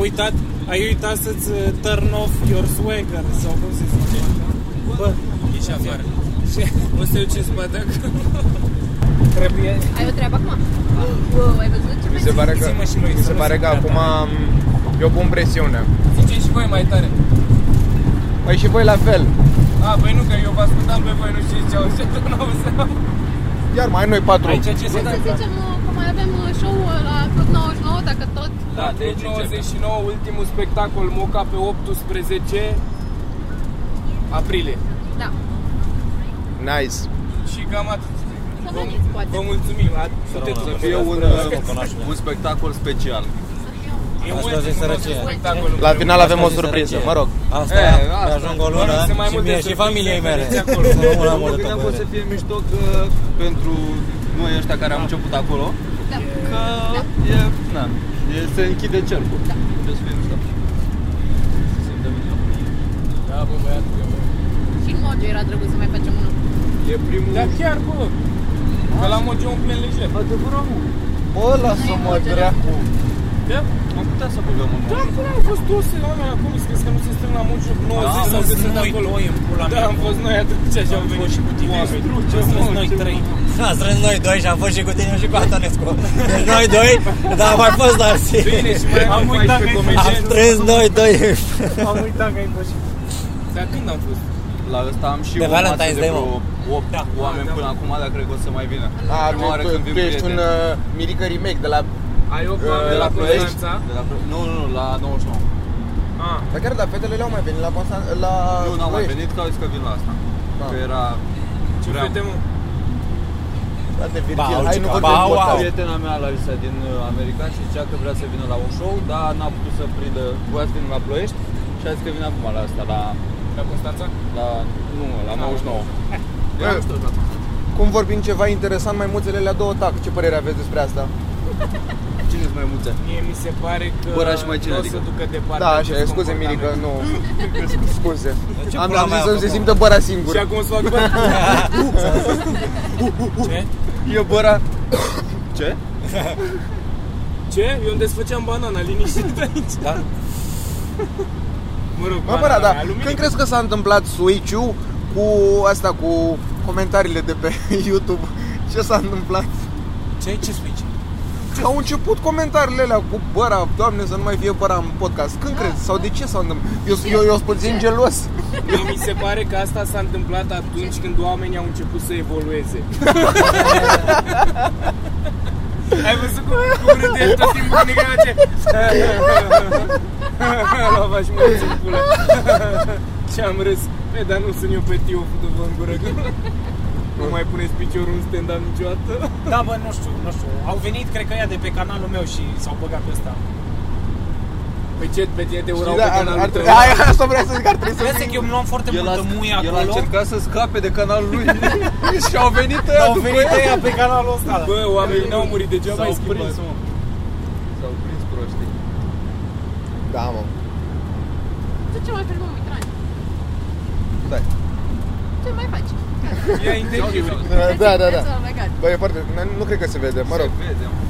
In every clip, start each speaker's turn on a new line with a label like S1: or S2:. S1: uitat, ai uitat să-ți uh, turn off your swagger sau cum se zice. Bă,
S2: Ieși afară. O să te duci în spate acum.
S1: trebuie...
S3: Ai o treabă acum? Wow, ai văzut ce
S4: Mi se
S3: mai
S4: pare că,
S1: Zi-mă și lui
S4: mi
S1: să
S4: se
S1: nu
S4: pare
S1: zic
S4: că
S1: gata.
S4: acum am, eu pun presiune.
S2: Ziceți și voi mai tare.
S4: Păi și voi la fel.
S2: A, băi nu, că eu vă ascultam pe voi, nu știți ce auzi, nu auzeam.
S4: Iar mai noi patru.
S2: Aici ce se
S3: Hai să
S2: întâmplă?
S3: zicem uh, că mai avem uh, show uh, la Club 99, dacă tot...
S2: La
S5: Da,
S2: Club
S5: deci
S2: 99, ultimul spectacol Moca pe 18 aprilie.
S3: Da.
S4: Nice.
S2: Și cam atât.
S3: Să
S2: Vă,
S3: veniți, poate.
S2: vă mulțumim. A- Sunteți
S5: Să
S2: să
S5: fie un, uh, un spectacol special.
S2: E
S6: Asta
S2: ultimul
S6: zi
S2: nostru
S6: sărăcie.
S2: spectacol.
S4: La final avem o
S6: Asta e
S4: surpriză,
S6: sărăcie.
S4: mă rog.
S6: Asta,
S2: E,
S6: e,
S2: asta.
S6: ajung o
S2: Mă rog,
S6: lună
S2: se mai
S6: și
S2: multe
S6: mie și
S2: surprize
S6: familiei mele.
S2: de acolo.
S6: Să rămân la
S5: Mă
S6: multă
S5: gândeam că o să
S6: bere.
S5: fie mișto că pentru noi ăștia care am început acolo,
S3: Da.
S5: că e, na, e, se închide cercul. Da. Trebuie să fie mișto. Să simtem bine.
S2: Da, bă, băiatul, eu-
S3: Și în Mojo era drăguț să mai facem unul.
S5: E primul...
S2: Da, chiar, bă. Că la Moge umplem lejer.
S5: Adevărat, mă.
S4: Bă, lasă-mă, dracu.
S2: Da?
S5: Am putea să băgăm un
S2: Da, până am fost toți la oameni acum, îți crezi că nu se strâng la mult joc 90
S5: Da,
S2: sau
S5: am
S2: cât sunt acolo. Da, am fost noi atât ce așa am venit și cu tine.
S5: ce
S2: Am fost
S5: mă,
S2: noi
S5: ce
S2: trei.
S6: Ați râs Da, noi doi și am fost și cu tine și cu Antonescu. Deci noi doi, dar am mai fost la
S2: Bine, și mai am uitat pe
S6: Am
S2: comedian.
S6: strâns noi doi
S1: Am uitat că ai fost și
S2: Dar când am fost?
S5: La ăsta am și
S6: Pe
S5: o masă
S6: Valentine's
S5: de
S6: Day,
S5: vreo
S6: mă.
S5: 8
S2: Da.
S5: oameni până acum, dar cred că o să mai vină.
S4: A,
S5: Prima oară
S4: Da, tu,
S5: când
S4: tu,
S5: vin
S4: tu ești un
S5: prieteni.
S4: uh, mirică remake de la...
S2: Ai o
S4: oameni
S2: de la
S4: Ă, Ploiești?
S2: Constanța?
S5: De la, Pro- nu, nu, nu, la 99.
S2: Ah,
S4: Dar chiar, dar fetele le-au mai venit la Constan... la...
S5: nu, n-am mai
S4: Ah, Ploiești.
S5: venit, că au zis că vin la asta.
S4: Da.
S5: Că era...
S2: ce
S5: vreau.
S2: fete, mă?
S4: Frate,
S6: Bau,
S4: Virgil, hai nu
S6: cica,
S4: vorbim
S6: bau,
S4: podcast.
S5: Prietena mea, Larisa, din uh, America, și zicea că vrea să vină la un show, dar n-a putut să prindă, voia să vină la Ploiești și a zis că vine acum la asta, la,
S2: La Constanța?
S5: la nu,
S2: Ah,
S5: la 99.
S4: Bă, Cum vorbim ceva interesant, mai maimuțele la două tac. Ce părere aveți despre asta?
S5: Cine mai multe?
S2: Mie mi se pare că
S5: Băra și mai cine,
S2: nu o să
S5: adică?
S2: ducă departe
S4: Da,
S2: acest
S4: așa, scuze
S2: comportament.
S4: Mirica, nu. Scuze.
S6: Ce
S4: Am,
S6: pula
S4: am
S6: mea
S4: zis să nu se
S6: făcut?
S4: simtă băra
S2: Și
S4: singură.
S2: acum să fac bă.
S4: Uh.
S2: Ce?
S4: E băra.
S5: Ce?
S2: Ce? Eu îmi desfăceam banana, liniștit aici.
S6: Da?
S2: Mă rog,
S4: Mă,
S2: banana
S4: băra,
S2: mea,
S4: dar
S2: aluminiu.
S4: când crezi că s-a întâmplat switch-ul cu asta, cu comentariile de pe YouTube? Ce s-a întâmplat?
S6: Ce? Ce spui?
S4: Au început comentariile alea cu băra, doamne, să nu mai fie băra în podcast.
S2: Da.
S4: Când crezi? Sau de ce s-a întâmplat? Eu, eu, eu sunt puțin gelos.
S2: Mie mi se pare că asta s-a întâmplat atunci când oamenii au început să evolueze. Ai văzut cum, cum râde el tot timpul când era ce... Lava și mă duce în pula. Și am râs. Pe, dar nu sunt eu pe tio, fătă-vă în gură. că Nu mai puneți piciorul în stand-up niciodată.
S1: Da, bă, nu știu, nu știu. Au venit, cred că ea de pe canalul meu și s-au băgat pe ăsta.
S2: Pe Păi ce? Pe tine te urau
S4: Știi,
S2: pe
S4: da, ar,
S2: canalul
S4: ar,
S2: tău.
S4: aia, asta vrea să zic, ar trebui să
S1: Vezi că eu îmi luam foarte
S5: El a,
S1: multă muie
S5: el a
S1: acolo.
S5: încercat să scape de canalul lui și au venit ăia
S6: Au
S5: după
S6: venit
S5: el.
S6: ăia pe canalul ăsta. da.
S2: Bă, oamenii n-au murit degeaba, ai
S5: S-au
S2: schimbat.
S5: prins, mă. S-au prins proștii.
S4: Da, mă.
S3: Tu ce mai filmăm, Mitran?
S4: Da.
S3: Ce mai faci?
S2: Ia interviuri.
S4: Da, da, da.
S3: Oh my God.
S4: Bă, e foarte, nu, nu cred că se vede, mă rog.
S5: Se vede, mă.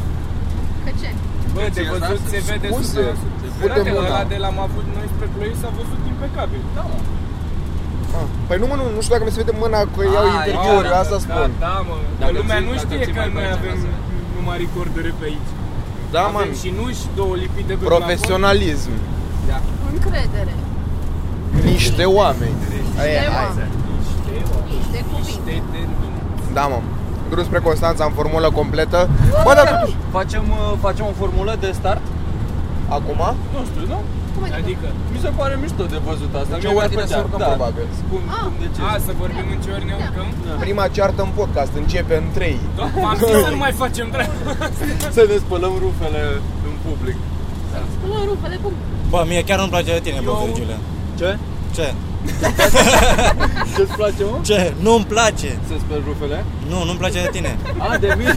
S3: Că ce?
S2: Bă, de văzut se vede
S4: Scuze,
S2: 100%.
S4: putem
S2: da. Frate,
S4: una.
S2: ăla de la am avut noi spre Ploiești s-a văzut impecabil. Da, mă.
S4: Ah, Păi nu, mă, nu, nu știu dacă mi se vede mâna că iau
S5: Ah,
S4: interviuri,
S5: da, da,
S4: asta
S2: Da,
S4: spun.
S2: da, mă. Că
S5: Dacă
S2: lumea
S5: ții-
S2: nu
S5: dacă
S2: știe
S5: ții
S2: că
S5: mai
S2: noi
S5: bani,
S2: avem
S5: lasă.
S2: numai recordere pe aici.
S4: Da, mă,
S2: avem și nuși, două lipite pe
S4: profesionalism.
S3: Încredere.
S4: Niște oameni. Aia,
S3: Niște
S4: hai.
S3: oameni. Niște cuvinte.
S2: Te termin.
S4: Da, mă. Drum spre Constanța în formulă completă. Bă, dar totuși,
S5: Facem, uh, facem o formulă de start?
S4: acum?
S5: Nu știu, nu?
S3: Cum adică?
S2: Adică,
S5: Mi se pare mișto de văzut asta.
S4: Ce
S5: Mie mi-ar
S4: ordine să
S5: plăcea.
S4: urcăm,
S5: da.
S4: probabil.
S5: Cum,
S3: Ah.
S5: cum, de ce?
S2: a, să vorbim în ce ori ne urcăm?
S4: Prima ceartă în podcast începe în 3.
S2: Da, am zis să nu mai facem treabă.
S5: Să ne spălăm rufele în public.
S3: Spune rupele, cum?
S6: Bă, mie chiar nu-mi place de tine, bă,
S2: Eu-
S6: Virgile.
S5: Ce?
S6: Ce?
S5: Ce-ți place, mă?
S6: Ce? Nu-mi place.
S5: Să speli rufele?
S6: Nu, nu-mi place de tine.
S5: A, de mine?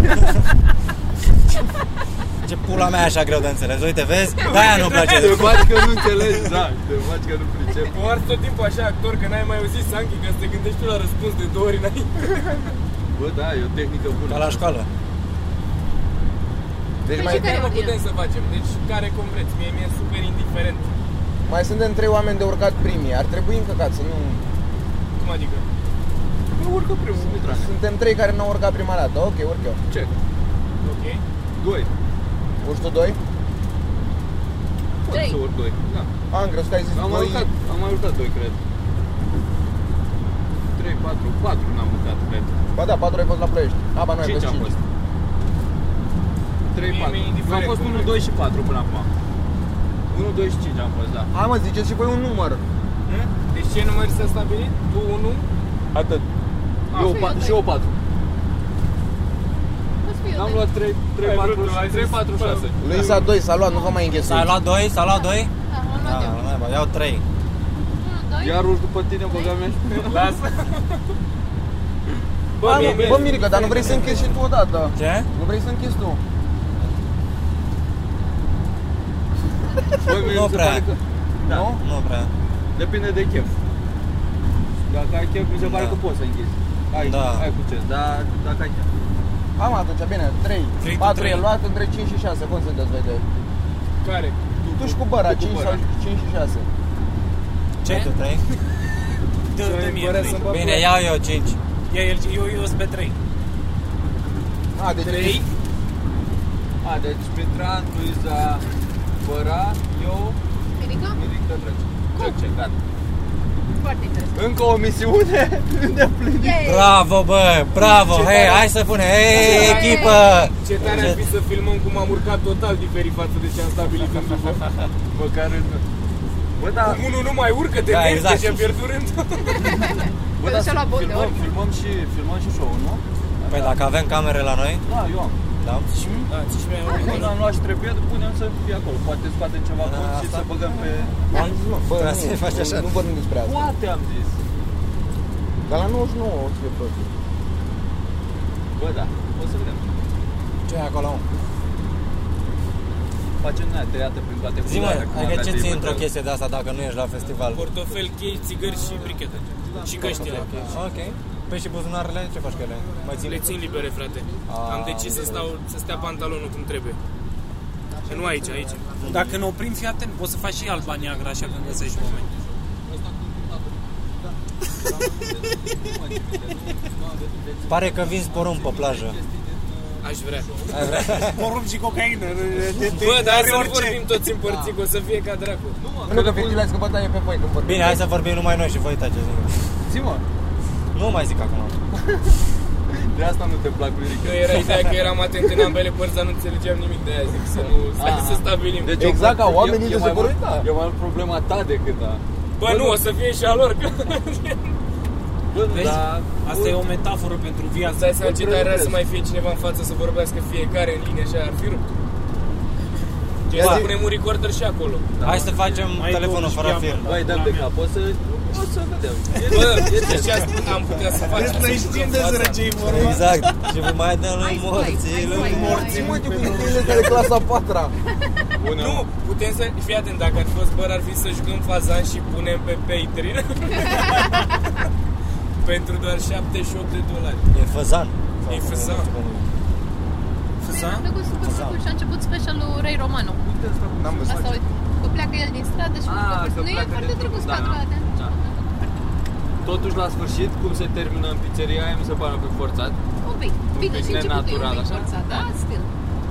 S6: Ce pula mea e așa greu de înțeles. Uite, vezi? De-aia nu-mi place de
S5: Te faci că nu înțelegi, da. Te faci că nu pricep.
S2: O ars tot timpul așa actor că n-ai mai auzit Sanchi că să te gândești tu la răspuns de două ori înainte.
S5: Bă, da, e o tehnică bună.
S6: Ca la școală.
S4: Deci
S3: Păi
S4: mai,
S3: și care-
S7: Mă putem să facem, deci care cum vreți, mie mi-e super indiferent.
S4: mai suntem trei oameni de urcat primii. Ar trebui încăcat să nu...
S7: Cum adică? Nu urcă primul,
S5: Da.
S7: Mitrane.
S4: Suntem trei care n-au urcat prima dată. Ok, urc eu.
S7: Ce? Ok.
S5: Doi.
S4: Urci tu doi?
S3: Trei.
S5: Să urc doi. Da.
S4: Am crezut că ai zis
S5: Am mai
S4: doi.
S5: urcat, am mai urcat doi, cred. Trei, patru, patru n-am urcat, cred.
S4: Ba da, patru ai fost la Ploiești. Aba, nu ai
S5: Cinci
S4: fost
S5: am
S4: cinci.
S5: fost. Trei,
S7: Mie
S5: patru.
S7: mi-e indiferent
S5: Am fost
S7: cum
S5: 1,
S7: vrei.
S5: 2 și 4 până acum. 1, 2 și 5 am fost, da.
S4: Hai mă, ziceți și voi un număr.
S7: Hă? Deci ce număr s-a stabilit? Tu 1?
S5: Atât.
S7: Ah,
S3: Eu
S5: Eu,
S3: trei,
S5: pa-
S3: eu
S5: și
S3: trei.
S5: eu 4.
S3: Poți fi eu deci.
S5: Am
S3: de-
S5: luat 3, 3,
S7: Ai
S5: 4,
S7: vrut, ai
S5: 3,
S7: zis,
S5: 4,
S7: bă.
S5: 6.
S4: Lui s-a doi, s-a luat, nu vă mai
S6: S-a
S4: înghesuiți.
S6: luat 2, s-a luat 2?
S3: Da, am luat eu.
S6: Da, iau 3.
S3: Unu, doi.
S5: Iar urci după tine, băga mea și
S7: Lasă. Bă,
S4: Hai,
S7: mie
S4: mă,
S7: mi-e-
S4: Bă, Mirica, dar nu vrei să închizi și tu odată?
S6: Ce?
S4: Nu vrei să închizi tu?
S5: Bă, mie
S6: Nu
S5: mi se
S6: prea.
S5: pare că- Da.
S4: Nu?
S6: Nu prea.
S5: Depinde de chef. Dacă ai chef, mi se pare
S6: Da.
S5: că poți să închizi. Ai,
S6: Da.
S5: ai cu ce, dar dacă ai chef.
S4: Am atunci, bine, 3,
S6: Trei cu
S4: 4
S6: trei.
S4: e luat, între 5 și 6, cum sunteți voi doi?
S7: Care?
S4: Tu și cu băra,
S5: tu cu
S4: 5
S5: Băra.
S4: sau 5 și 6.
S6: Ce tu 3?
S2: Dă, dă mie
S7: Fără
S2: trei.
S7: să mă-
S6: Bine, iau eu 5.
S2: Ia el, eu, eu sunt pe 3.
S4: A, deci
S7: 3?
S5: A, deci Petran, Luiza, Băra, eu,
S3: Mirica?
S5: Mirica, Drăce. Drăce, gata.
S3: Foarte interesant.
S5: Încă o misiune de plin.
S3: Yay!
S6: Bravo, bă, bravo,
S7: Ce
S6: hei,
S7: tare.
S6: hai să punem, hei,
S3: Ce tare.
S6: echipă!
S7: Ce tare ar fi să filmăm cum am urcat total diferit față de ce am stabilit în după.
S5: Măcar în... Bă, da,
S7: Cum unul nu mai urcă, te
S6: Da,
S7: da,
S6: exact.
S7: exact. și-a pierdut rândul.
S5: bă,
S3: Că
S5: da,
S3: și-a luat bol de
S5: filmăm,
S3: orbi.
S5: filmăm și, filmăm și show-ul, nu?
S6: Păi dacă avem camere la noi,
S5: Da, eu am.
S6: da?
S2: Da, ți și mie
S5: Bă, am luat și trebuie, punem să fie acolo. Poate scoatem ceva
S6: Da,
S5: bun și
S6: asta-
S5: să băgăm pe...
S4: Nu,
S6: Bă,
S4: bă,
S6: să
S4: nu,
S6: faci așa.
S4: nu, nu vorbim despre asta.
S5: Poate am zis.
S4: Dar la 99 o să fie tot.
S5: Bă, da, o să vedem.
S6: Ce e acolo? mă?
S5: Facem noi tăiată prin toate
S6: Zi-mă,
S5: cum
S6: adică
S5: avea
S6: ce
S5: de
S6: ți într-o
S5: bătău.
S6: chestie de asta dacă nu ești la festival?
S2: Portofel, chei, țigări și brichete. Și
S7: Da.
S2: căști la
S6: Ok. Păi și buzunarele, ce faci cu ele? Mai ții
S2: Le țin libere, frate.
S6: A,
S2: Am decis să, stau, să stea pantalonul cum trebuie. Că nu aici, aici. Dacă ne oprim, fii atent, poți să faci și alba neagră așa când găsești oameni.
S6: Pare că vinzi porumb pe plajă.
S2: Aș vrea.
S7: Porumb și cocaină.
S2: Bă, dar să nu vorbim toți împărțit, că o să fie ca dracu.
S4: Nu, că Virgil ați scăpat e pe voi când vorbim.
S6: Bine, hai să vorbim numai noi și voi taceți.
S5: Zi-mă,
S6: Nu mai zic acum.
S5: de asta nu te plac, Mirica.
S7: Că era ideea că eram atent în ambele părți, dar nu înțelegeam nimic de aia, zic să nu
S5: Ah.
S7: să, să stabilim.
S5: Deci
S4: Exact
S5: eu-
S4: ca oamenii
S5: e-
S4: de
S5: e mai
S4: securitate.
S5: mult- E mai mult problema ta decât a...
S7: Bă, nu, o să fie și a lor. Că...
S5: Bă,
S2: Vezi?
S5: da,
S2: Asta e o metaforă pentru
S7: Îți
S2: viață.
S7: dai seama ce tare ar
S5: Lucrez.
S7: să mai fie cineva în față să vorbească fiecare în linie așa, ar fi rupt. Gen,
S4: Ia
S7: să
S4: zi-
S7: punem un recorder și acolo.
S6: Hai să facem
S2: Mai
S6: telefonul
S2: 12
S6: fără
S2: am.
S6: fir.
S5: Băi, dăm de cap, o să, o să vedem.
S7: Bă, deci asta am putea să facem. Să știm de zărăcei.
S6: Exact. Și vă mai dăm lui
S3: Hai, hai, hai,
S6: morții, lui
S3: hai.
S4: Morții, Deci, mă, de cuvintele de clasa 4
S5: Bună.
S7: Nu, putem să... Fii atent, dacă ar fi fost bără, ar fi să jucăm fazan și punem pe Patreon. Pentru doar 78 de dolari.
S6: E făzan.
S7: E făzan.
S3: Mi-a plăcut super mult și a început specialul Ray Romano.
S4: N-am văzut.
S3: Asta uite, că pleacă el din stradă și
S5: Ah,
S3: ah,
S5: că
S3: nu e
S5: pleacă
S3: foarte
S5: din-
S3: drăguț
S5: da,
S3: cadrul ăla
S5: da.
S3: de
S5: Da. Totuși, la sfârșit, cum se termină în pizzeria, aia mi se pare un pic forțat.
S3: Un pic, bine
S5: pic
S3: și începutul e un
S5: nenatural,
S3: pic
S5: așa.
S3: forțat, da, stil.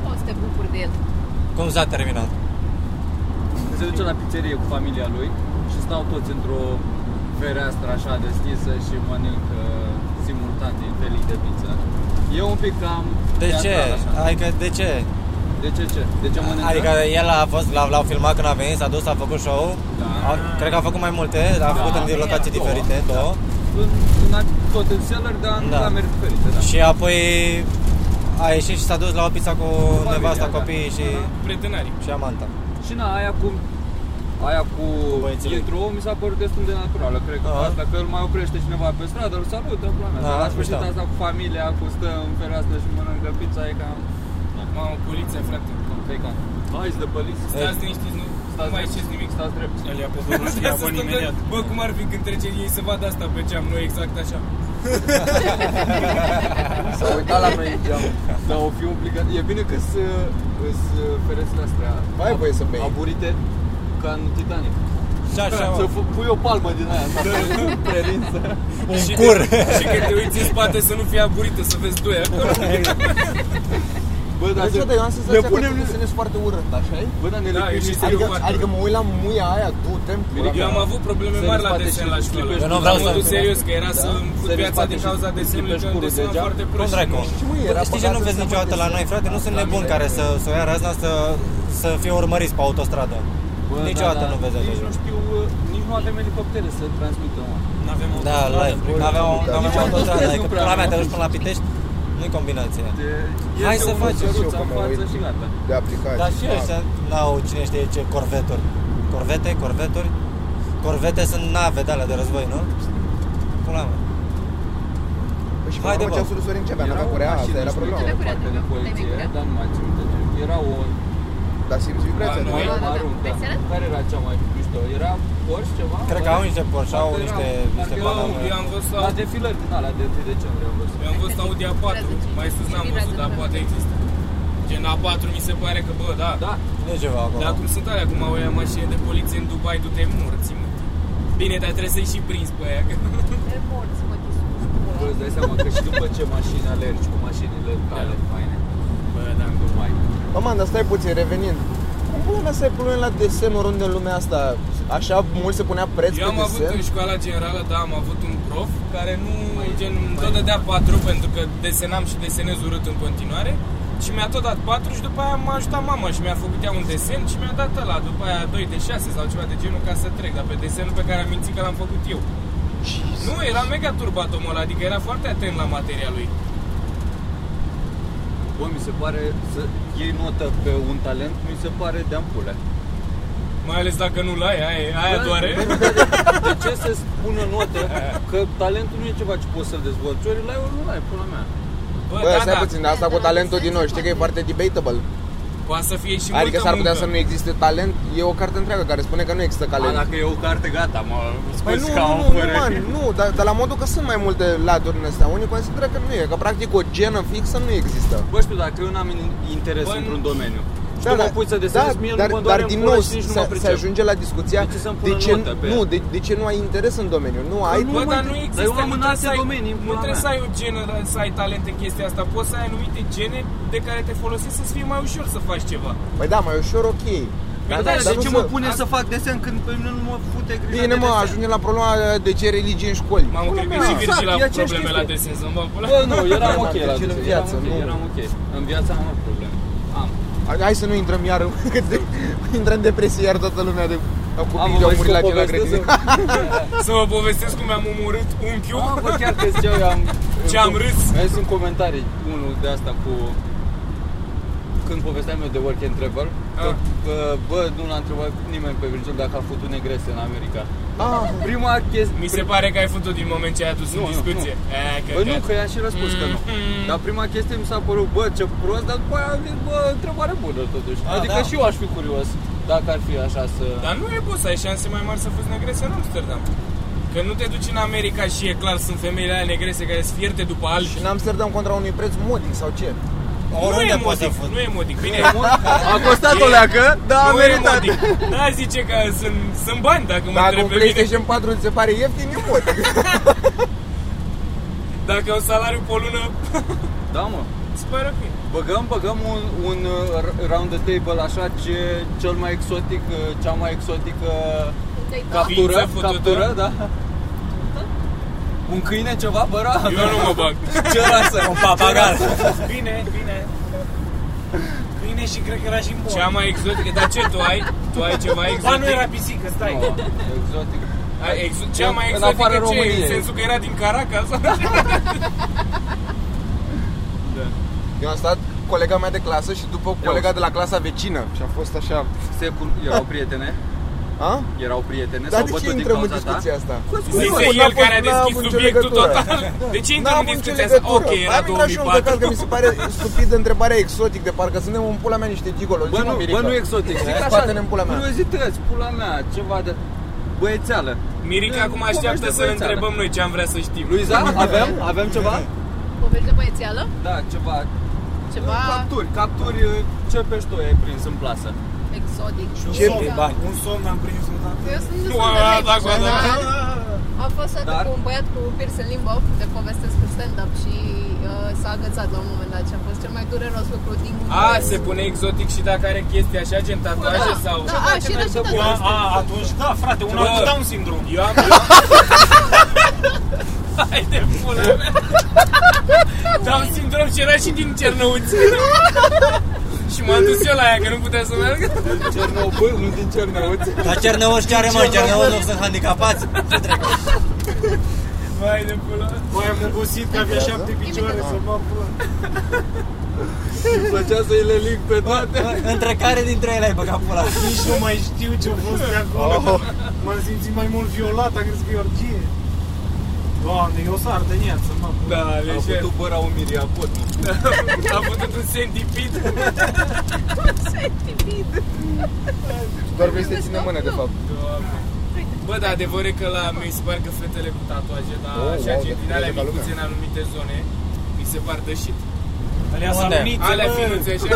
S3: Poți să te bucuri de el.
S6: Cum s-a terminat?
S5: Se duce la pizzerie cu familia lui și stau toți într-o fereastră așa deschisă și mănâncă simultan din felii de pizza. E un pic cam
S6: De ce?
S5: teatral Așa.
S6: Adică de ce?
S5: De ce ce? De ce mănâncă?
S6: Adică el a fost, l-au, l-au filmat când a venit, s-a dus, a făcut show.
S5: Da.
S6: A, cred că a făcut mai multe, dar a
S5: Da.
S6: făcut în locații
S5: Două. Da.
S6: diferite, două.
S5: în, în, a- tot în seller, dar în
S6: Da.
S5: camere diferite, da.
S6: Și apoi a ieșit și s-a dus la o pizza cu
S5: familia,
S6: nevasta,
S5: da.
S6: copiii și,
S7: Prietenarii.
S6: și amanta.
S5: Și na, aia cu aia cu
S6: Băieții.
S5: intro mi s-a părut destul de naturală, cred că
S6: Aha.
S5: asta că îl mai oprește cineva pe stradă, îl salută, plana.
S6: Da,
S5: Dar la sfârșit
S6: mișto.
S5: asta cu familia, cu stă în fereastră și mănâncă pizza, e cam
S7: Mamă, poliția, frate.
S5: e cam. Hai să păliți.
S7: Stați liniștiți, nu, nu
S5: Stați
S7: mai
S5: drept.
S7: ieșiți nimic.
S5: Stați drept.
S2: El ia pe și ia bani imediat.
S7: Bă, cum ar fi când trece ei să vadă asta pe geam, noi exact așa.
S5: S-a uitat la noi geam. Dar o fi obligat. E bine că sunt ferestrele astea.
S4: Mai ai voie să bei.
S5: Aburite ca în Titanic.
S6: Și așa,
S5: Să
S6: mă,
S5: fu- pui o palmă din aia,
S6: Da.
S5: să prelință.
S6: un cur.
S2: Și când te uiți în spate să nu fie aburită, să vezi doi acolo.
S5: Bă, dar
S6: Deci,
S4: Dar
S5: se,
S4: ce, dar Deci, eu am
S5: da, ne
S4: senzația că
S5: punem...
S4: trebuie să ne foarte urât, așa e?
S5: Bă, dar ne
S2: Da, e și
S5: lipim
S2: serios.
S4: Adică, adică mă uit la muia aia, du-te-n pula
S2: Eu
S4: mea.
S2: am avut probleme
S5: Se
S2: mari la
S5: răspate
S2: desen
S5: și
S2: la
S5: îți
S2: școală.
S5: clipești
S6: Eu nu vreau
S2: În modul
S6: să- da?
S2: serios, că era să îmi
S5: Se
S2: fut viața
S5: răspate
S2: din
S5: și
S2: cauza
S5: îți
S2: desenului,
S5: clipești
S2: că
S5: curul
S2: desenam
S5: degeaba.
S2: foarte
S6: Cum
S2: prost. și
S6: dracu?
S2: nu-
S4: Și mă, era
S6: Știi ce nu
S4: păcat
S6: vezi
S4: să
S6: niciodată la noi, frate? Nu sunt nebuni care să, să o ia razna să, să fie urmăriți pe autostradă. Niciodată nu vezi așa
S5: da, Nici nu
S6: ceva.
S5: știu, uh, nici nu avem elicoptere să transmită, mă.
S2: N-avem o
S6: Da, live. Aveam o aveam o
S5: Nici
S6: autostradă,
S5: nu
S6: adică
S5: prea
S6: pula mea
S5: am
S6: te duci până la Pitești, nu-i combinație.
S5: De-
S6: Hai
S5: iese
S6: să
S5: un
S6: facem și eu
S5: căruță
S4: că
S5: în
S4: mă
S5: față
S4: uit.
S5: și gata.
S4: De Da. aplicație.
S6: Dar și ăștia n-au cine știe ce corveturi. Corvete, corveturi. Corvete sunt nave de alea de război, nu? Pula mea.
S4: Păi Și
S6: Haide,
S4: Haide,
S6: bă.
S4: mă, ceasul lui Sorin ce avea,
S5: Era
S4: n-avea
S5: o
S4: curea, asta
S5: mașină,
S4: era
S5: știu
S4: problema.
S5: că parcă de poliție, dar nu mai țin minte ce. deci Era o
S4: Dar simți vibrația,
S2: Ba,
S4: nu?
S2: noi-
S5: mai
S3: da, da.
S5: maron, da.
S3: Vezi, era?
S5: Care era cea mai mișto? Era Porsche ceva?
S6: Cred că
S5: Oare?
S6: au niște Porsche, au
S5: Parcă
S6: niște,
S5: erau-
S6: niște
S5: parcă erau-
S6: paname.
S2: Eu am văzut
S5: La
S2: la
S5: defilări din alea Da, de 1 decembrie am văzut.
S2: Eu am văzut Audi A4, mai sus n-am văzut, dar poate există. Gen A4 mi se pare că, bă, da.
S5: Da,
S6: Nu e ceva acolo.
S2: Dar cum sunt alea, cum au ea mașini de poliție în Dubai, du-te morți, mă. Bine, dar trebuie să-i și prinzi pe aia, că
S3: Te morți, mă,
S5: bă, îți dai seama că și după ce mașini alergi cu mașinile tale faine.
S2: Bă, da.
S5: Nu mai.
S4: Bă, man, dar stai puțin, revenind. Cum pula mea să ai probleme la desen oriunde în lumea asta? Așa mult se punea preț
S2: Eu
S4: pe
S2: am avut
S4: desen?
S2: în școala generală, da, am avut un prof care nu,
S4: Păi,
S2: gen, îmi tot dădea patru pentru că desenam și desenez urât în continuare și mi-a tot dat patru și după aia m-a ajutat mama și mi-a făcut ea un desen și mi-a dat ăla, după aia 2 de 6 sau ceva de genul ca să trec, dar pe desenul pe care am mințit că l-am făcut eu. Nu, era mega turbat omul ăla, adică era foarte atent la materia lui.
S5: Bă, mi se pare să iei notă pe un talent, mi se pare de ampule. Da,
S2: Mai ales dacă nu-l ai, aia, aia doare.
S5: De ce să spună notă? Că talentul nu e ceva ce poți să-l dezvolți. Ori l-ai, ori nu l-ai, pula mea.
S4: Bă, stai puțin, dar asta
S3: Da,
S4: cu
S3: da,
S4: talentul
S3: să
S4: din noi, știi că e foarte debatable.
S2: Poate să fie și
S4: Adică
S2: multă
S4: s-ar putea
S2: muncă.
S4: să nu existe talent, e o carte întreagă care spune că nu există
S5: A,
S4: talent.
S5: dacă e o carte, gata, mă
S4: Păi
S5: scoți
S4: nu,
S5: ca
S4: nu, nu, nu, man, nu, dar, dar la modul că sunt mai multe laturi în astea, unii consideră că nu e, că practic o genă fixă nu există.
S5: Bă, știu, dacă eu n-am in- interes
S2: Bă, nu-
S5: într-un domeniu. Da, mă pui să desenez, mie nu
S4: dar,
S5: mă doare
S4: dar din
S5: în
S4: nou
S5: și nici nu mă
S4: se, se
S5: pricep.
S4: ajunge la discuția
S5: De ce să-mi pună
S4: de ce,
S5: notă pe
S4: nu,
S5: ea? Păi
S4: de, de ce nu ai interes în domeniu, nu ai
S5: nu
S2: Bă,
S5: mă
S2: dar
S5: inter-
S2: nu
S5: dar
S2: există,
S5: eu am
S2: nu
S5: în
S2: trebuie
S5: alte
S2: să ai-
S5: domenii,
S2: Nu
S5: pula
S2: trebuie
S5: mea.
S2: să ai o genă, să ai talent în chestia asta Poți să ai anumite gene de care te folosești să-ți fie mai ușor să faci ceva
S4: Păi da, mai ușor, ok. Păi
S5: Da, da, de
S4: nu
S5: ce
S4: să-
S5: mă pune să fac desen când pe mine nu mă fute grija
S4: Bine,
S5: de
S4: mă,
S5: desen?
S4: ajunge la problema de ce religie în școli.
S2: Mamă,
S4: Pula
S2: cred că
S4: mea.
S2: și Virgil a
S5: Exact, e
S2: avut
S5: aceeași
S2: probleme la
S5: chestie.
S2: desen să pula
S5: Bă, nu, eram
S4: Am
S5: ok la
S4: trecut în
S5: desen,
S4: viață,
S5: eram ok,
S4: nu.
S5: eram ok. În viața am avut probleme. Am.
S4: Hai să nu intrăm iar că de, intră în depresie iar toată lumea de au
S5: Am,
S4: copiii de au murit la ceva grădiniță.
S2: Să vă povestesc cum mi-am omorât unchiul
S5: Am, bă, chiar că ziceau, eu am...
S2: Ce am râs.
S5: Am zis în comentarii unul de asta cu... Când povesteam eu de work and travel, că,
S2: Ah.
S5: că, bă, nu l-a întrebat nimeni pe Virgil dacă a făcut negrese în America.
S4: Ah,
S5: Prima chestie...
S2: Mi se pare că ai făcut-o din moment ce ai adus
S5: Nu,
S2: în
S5: nu,
S2: discuție Aia,
S5: Bă, nu,
S2: că
S5: că i-a și răspuns că nu.
S2: Mm.
S5: Dar prima chestie mi s-a părut, bă, ce prost, dar după aia am zis, bă, întrebare bună totuși.
S4: Ah,
S6: A,
S5: adică
S6: da.
S5: și eu aș fi curios dacă ar fi așa să...
S2: Dar nu e poți să ai șanse mai mari să fii negrese în Amsterdam Că nu te duci în America și e clar sunt femeile alea negrese care se fierte după albi
S4: și în Amsterdam contra unui preț modic sau ce?
S2: Nu e
S6: Oriunde poți să
S2: modic,
S6: fut.
S2: nu e modic Bine,
S5: A costat o leacă,
S4: Da,
S5: dar a
S2: nu e
S5: meritat.
S2: modic Da, zice că sunt, sunt bani dacă mă
S4: Dacă un
S2: întrebi pe mine
S4: PlayStation 4 îți se pare ieftin, e modic.
S2: Dacă au salariu pe o lună,
S5: Da, mă.
S2: îți pare ok.
S5: Băgăm, băgăm un, un uh, r- round the table așa ce cel mai exotic, uh, cea mai exotică
S6: Da.
S5: captură,
S2: Ființă fătută.
S5: captură, da. Un câine ceva, bă, ra?
S2: Eu nu mă bag.
S5: Ce rasă?
S6: Un papagal.
S2: Bine, bine. Bine și cred că era și mor. Cea mai exotică, dar ce tu ai? Tu ai ceva exotic? Ba, nu era pisică,
S5: Nu, exotic.
S2: Ai, exo- cea mai
S5: În
S2: exotică
S5: afară
S2: ce?
S5: României.
S2: În sensul că era din Caracas?
S4: Eu am stat cu colega mea de clasă și după colega de la clasa vecină și a fost așa,
S5: Se cun... Erau prietene?
S4: a?
S5: Erau prietene?
S4: Dar
S5: s-au
S4: de
S5: bătut
S4: ce
S5: din
S4: intrăm în
S5: cauza ta?
S4: discuția asta?
S2: Zice
S4: Nu, n-a
S2: el
S4: fost-
S2: care a
S4: n-a avut
S2: deschis
S4: nicio
S2: subiectul
S4: legătură.
S2: total. De ce
S4: N-am
S2: intrăm în
S4: avut nicio
S2: discuția asta?
S4: legătură.
S2: Ok, era
S4: Am intrat și eu în
S2: 2004.
S4: căcat că mi se pare stupid întrebarea exotic, de parcă suntem un pula mea niște gigolo.
S5: exact. Bă, nu, bă, nu exotic, zic așa,
S4: Scoate-ne în pula mea.
S5: curiozități, pula mea, ceva de... băiețeală.
S2: Mirica acum
S5: Povești de
S2: așteaptă să
S5: băiețeală.
S2: întrebăm noi ce am vrea să știm.
S5: Luiza,
S4: Da.
S5: avem? Avem ceva?
S3: Povești de băiețeală?
S5: Da, ceva.
S3: Ceva
S5: Capturi, capturi, eh, ce peștoi ai prins în plasă?
S3: exotic.
S4: Ce pe bani?
S7: Un somn am prins un dat.
S3: Eu sunt destul
S2: Wow,
S3: de
S2: da,
S3: happy,
S2: cu adevărat.
S3: dar Am fost odată
S5: Dar?
S3: cu un băiat cu piercing în limbă, de povestesc cu stand-up și uh, s-a agățat la un moment dat și a fost cel mai dureros lucru din
S2: A, Ah, se pune exotic și dacă are chestii așa, gen tatuaje
S3: da,
S2: sau...
S3: Da, a, și da, și
S7: A,
S3: da.
S7: a, atunci, da, frate, un
S2: Bă.
S7: alt Down syndrom.
S2: Eu am... Eu am... Hai de pula mea! Down sindrom și era și din Cernăuți. și m-am dus eu la ea, că nu putea să meargă.
S5: Cernobâl, nu din Cernăuți.
S6: Dar Cernăuți ce are, mă? Cernăuți nu sunt handicapați? Ce trec?
S2: Vai de pula mea.
S7: Băi, am obosit că avea șapte picioare să mă pula.
S5: Îmi plăcea să le lig pe toate.
S6: Între care dintre ele ai băgat pula?
S7: Nici nu mai știu ce-a fost pe acolo.
S4: Oh,
S7: M-am simțit mai mult violat, am crezut că e orgie. Doamne, e o sardăneață, mă pula.
S2: Da,
S5: Am
S2: lejer.
S5: făcut băra un miriapod.
S2: A făcut un centipid.
S3: da,
S4: Doar vrei să te țină mână, de fapt.
S2: Doamne. Bă, dar adevărul e că la mi se par că fetele cu tatuaje, dar
S4: Oh,
S2: așa
S4: wow,
S2: gen
S4: da,
S2: din alea
S4: de ca lumea.
S2: micuțe în anumite zone, mi se par dășit.
S7: Alea sunt unite,
S2: Alea
S7: bă.
S2: finuțe așa.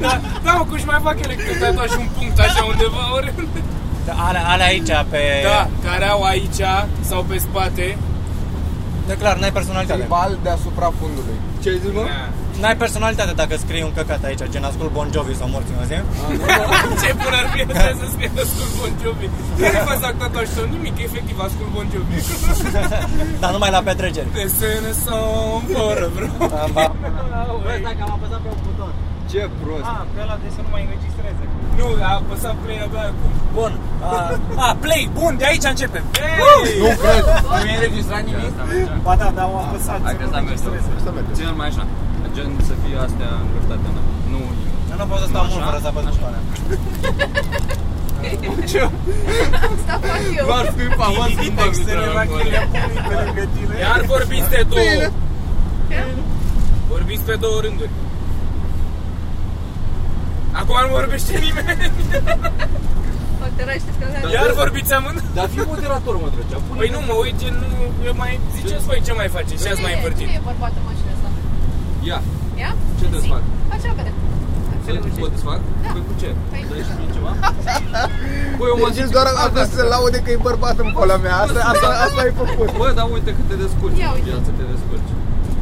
S2: da, da, mă, cum și mai fac ele câte tatuaj un punct așa undeva oriunde.
S6: Da, Alea, alea aici, pe...
S2: Da, care au aici sau pe spate.
S6: De clar, n-ai personalitate.
S4: Bal deasupra fundului.
S5: Ce ai zis, mă?
S2: Da.
S6: N-ai personalitate dacă scrii un căcat aici, gen ascult Bon Jovi sau morți în o zi.
S2: Da. Ce până ar fi asta să scrie Ascult Bon Jovi? Care faci dacă tatuaj sau nimic, efectiv Ascult Bon Jovi.
S6: Dar numai la petreceri.
S2: Te sene sau fără, bro.
S8: Vezi dacă am apăsat pe un buton.
S5: Ce prost.
S8: Ah, pe ăla de să nu mai înregistreze.
S2: Nu, a apăsat play abia acum.
S6: Bun. A,
S7: A, play, bun, de aici începem.
S2: Hey!
S4: Nu cred.
S2: Nu e înregistrat nimic?
S8: Ba da, dar am apăsat.
S5: Ai crezut că am mers
S4: Să mergem.
S5: Gen mai așa. Gen să fie astea îngăștate în Nu
S6: eu nu pot să stau
S5: Așa,
S6: mult fără să văd butoane.
S3: Asta Da, fac eu.
S5: Doar scuipa, mă, scuipa
S2: Iar vorbiți de două. Vorbiți pe două rânduri. Acum nu vorbește nimeni.
S3: Foarte rai, știți că
S5: Da.
S2: Iar vorbiți amând.
S5: Dar fi moderator, mă trecea. Pune-
S2: Păi nu mă uit, gen, nu, eu mai ziceți voi ce mai faceți și ați mai
S3: Cine
S2: împărțit.
S3: e bărbat în mașina asta?
S5: Ia,
S3: Ea?
S5: ce te fac?
S3: Așa vedem. Dacă
S5: Să pot
S3: reușești.
S5: să fac?
S3: Da.
S5: Păi cu ce?
S3: Păi-
S5: Dai și mie ceva? Păi eu mă
S4: Deci doar am vrut să laude că e bărbat în pula mea. Asta, asta, asta ai făcut.
S5: Bă, dar uite cât te descurci
S3: Ia
S5: în
S3: uite.
S5: viață, te descurci.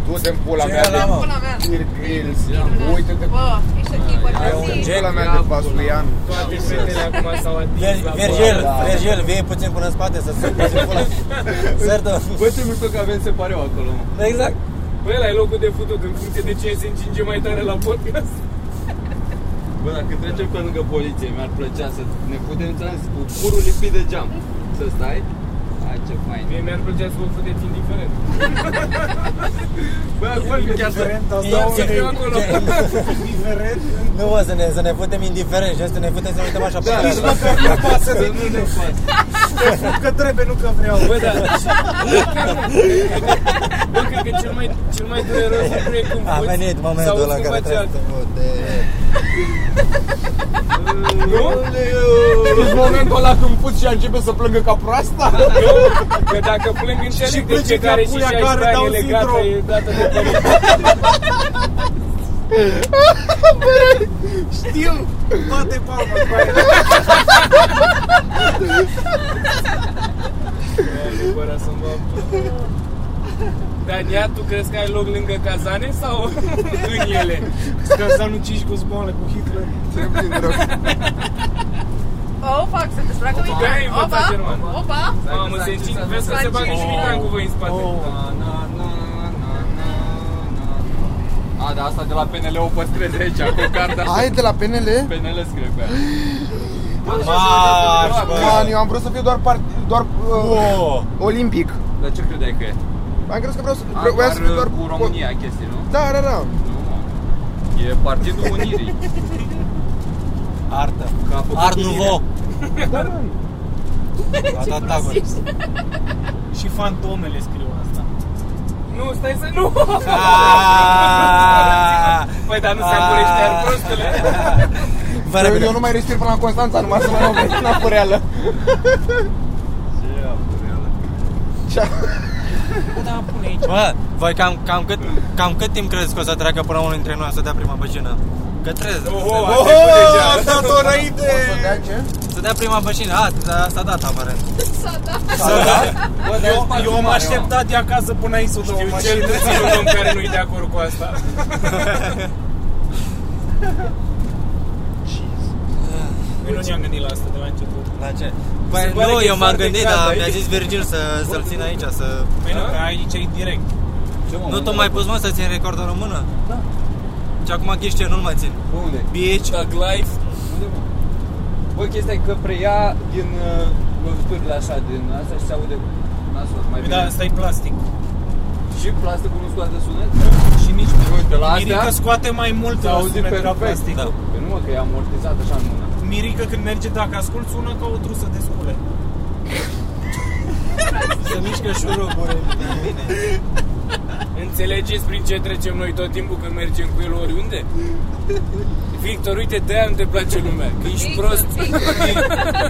S4: Du-te în pula
S6: Ce
S4: mea.
S6: ăla,
S4: de-
S6: mă?
S3: da, Pula mea.
S4: Bill Gates.
S3: Minunat.
S4: Uite-te.
S3: Bă, ești ok,
S5: Ai
S4: Ai un
S3: bărbații.
S4: pula mea
S2: Ia,
S4: de Vasluian.
S2: Toate fetele acum s-au atins
S6: Vir-
S2: la
S6: Virgil,
S4: Da.
S6: Virgil, vie puțin până în spate să se pune pula. Sertă.
S5: Bă, ce mișto că avem separeu acolo, mă.
S6: Exact.
S2: Băi, ăla e locul de futut în funcție de cine se încinge mai tare la podcast.
S5: Bă, dacă trecem pe lângă poliție, mi-ar plăcea să ne putem înțeles cu curul lipit de geam. Să stai? Ai, ce fain.
S2: Mie mi-ar plăcea să vă futeți indiferent.
S5: Bă, acum chiar să...
S2: eu acolo.
S6: Nu mă, să ne, să ne putem indiferent și să ne putem să ne uităm așa pe care la-
S5: Să nu ne faci.
S7: Că trebuie, nu că vreau.
S2: Bă, da. Bă, cred că cel mai, cel mai dureros lucru e când
S6: A
S2: fuți
S6: venit momentul
S2: sau
S6: ăla în
S2: când
S6: care
S2: faci
S6: trebuie să
S2: alt.
S6: te
S4: Ești momentul ăla când puți și începe să plângă ca proasta?
S2: Nu, că dacă plâng în
S7: Și
S2: cele de
S7: plânge
S2: ce
S7: ca
S2: care și
S7: pulea
S2: 16
S7: care
S2: ani
S7: dau
S2: e legată,
S7: sindrom.
S2: e dată de părinte.
S7: Știu, toate palma
S2: Fără să mă Dania, tu crezi că ai loc lângă cazane sau în ele?
S7: Ca să nu cinci cu zboanele cu Hitler.
S3: O, fac să te spracă
S2: Opa.
S3: mine.
S2: Ai învățat
S3: Opa.
S2: germană.
S3: Opa.
S2: Mamă, se încin, vezi că se bagă și Mitran cu voi în spate.
S4: Oh.
S5: Na, na, na, na, na, na. A, dar asta de la PNL o păstrez aici, cu cartea.
S4: Ai de la PNL?
S5: PNL scrie pe ea.
S6: Marș,
S4: Man,
S6: bă.
S4: eu am vrut să fiu doar part, doar uh,
S6: Wow.
S4: olimpic.
S5: Dar ce credeai că e?
S4: Am crezut că vreau să,
S5: A,
S4: vreau să fiu doar
S5: cu România chestii, nu?
S4: Da, da, da.
S5: Nu, mă. E Partidul Unirii.
S6: Artă.
S5: Că a făcut
S6: Art
S5: Unirea.
S6: Nouveau.
S4: Da, da.
S6: A dat taguri.
S7: Și fantomele scriu asta.
S2: Nu, stai să nu!
S6: Aaaa!
S7: Ah.
S2: Păi, dar nu se amulește iar prostule.
S6: pare
S4: Eu,
S6: bine.
S4: eu nu mai respir până la Constanța, numai să mă iau pe în apă reală.
S6: Oh,
S4: Ce apă
S8: Da, pune aici.
S6: Bă, voi cam, cam, cât, cam cât timp credeți că o să treacă până unul dintre noi să dea prima bășină? Că trebuie să,
S7: Oho, a trecut
S4: reală?
S7: deja.
S4: asta tot înainte!
S6: să dea prima bășină. A, s-a, s-a dat aparent.
S3: S-a dat.
S7: Eu, eu
S8: M-am așteptat de acasă până aici să dau
S7: Știu
S8: o
S7: cel
S8: mașină.
S7: puțin un om care nu-i de acord cu asta.
S2: Eu nu ne-am gândit la asta de la început.
S6: La ce? Păi
S2: pare
S6: nu,
S2: că e
S6: eu m-am
S2: foarte
S6: gândit,
S2: cald
S6: dar
S2: aici.
S6: mi-a zis Virgil să, să-l țin aici, să...
S2: Păi nu, că aici e direct.
S5: Ce, mă,
S6: Nu,
S5: unde
S6: tu mai
S5: mă-
S6: pus, mă, să țin recordul română? Da. Și acum ghiși ce, nu-l mai țin.
S5: Bă, Unde?
S6: Beach,
S2: Tag life.
S5: Unde, mă? Bă, chestia e că preia din uh, loviturile așa, din asta și se aude nasul mai bine.
S8: Da, asta e plastic.
S5: Și plasticul nu scoate sunet?
S8: Și nici
S5: Pe la
S8: Mirica
S5: astea?
S8: scoate mai mult
S5: Se
S8: la
S5: auzi
S8: sunet
S5: perfect.
S8: la plastic.
S6: da.
S5: Pe Păi nu mă, că e amortizat așa în mână.
S8: Mirica când merge, dacă ascult, sună ca o trusă de scule.
S6: Se mișcă șuruburi. Bine.
S2: Înțelegeți prin ce trecem noi tot timpul când mergem cu el oriunde? Victor, uite, de-aia nu te place lumea, că ești
S3: Victor,
S2: prost.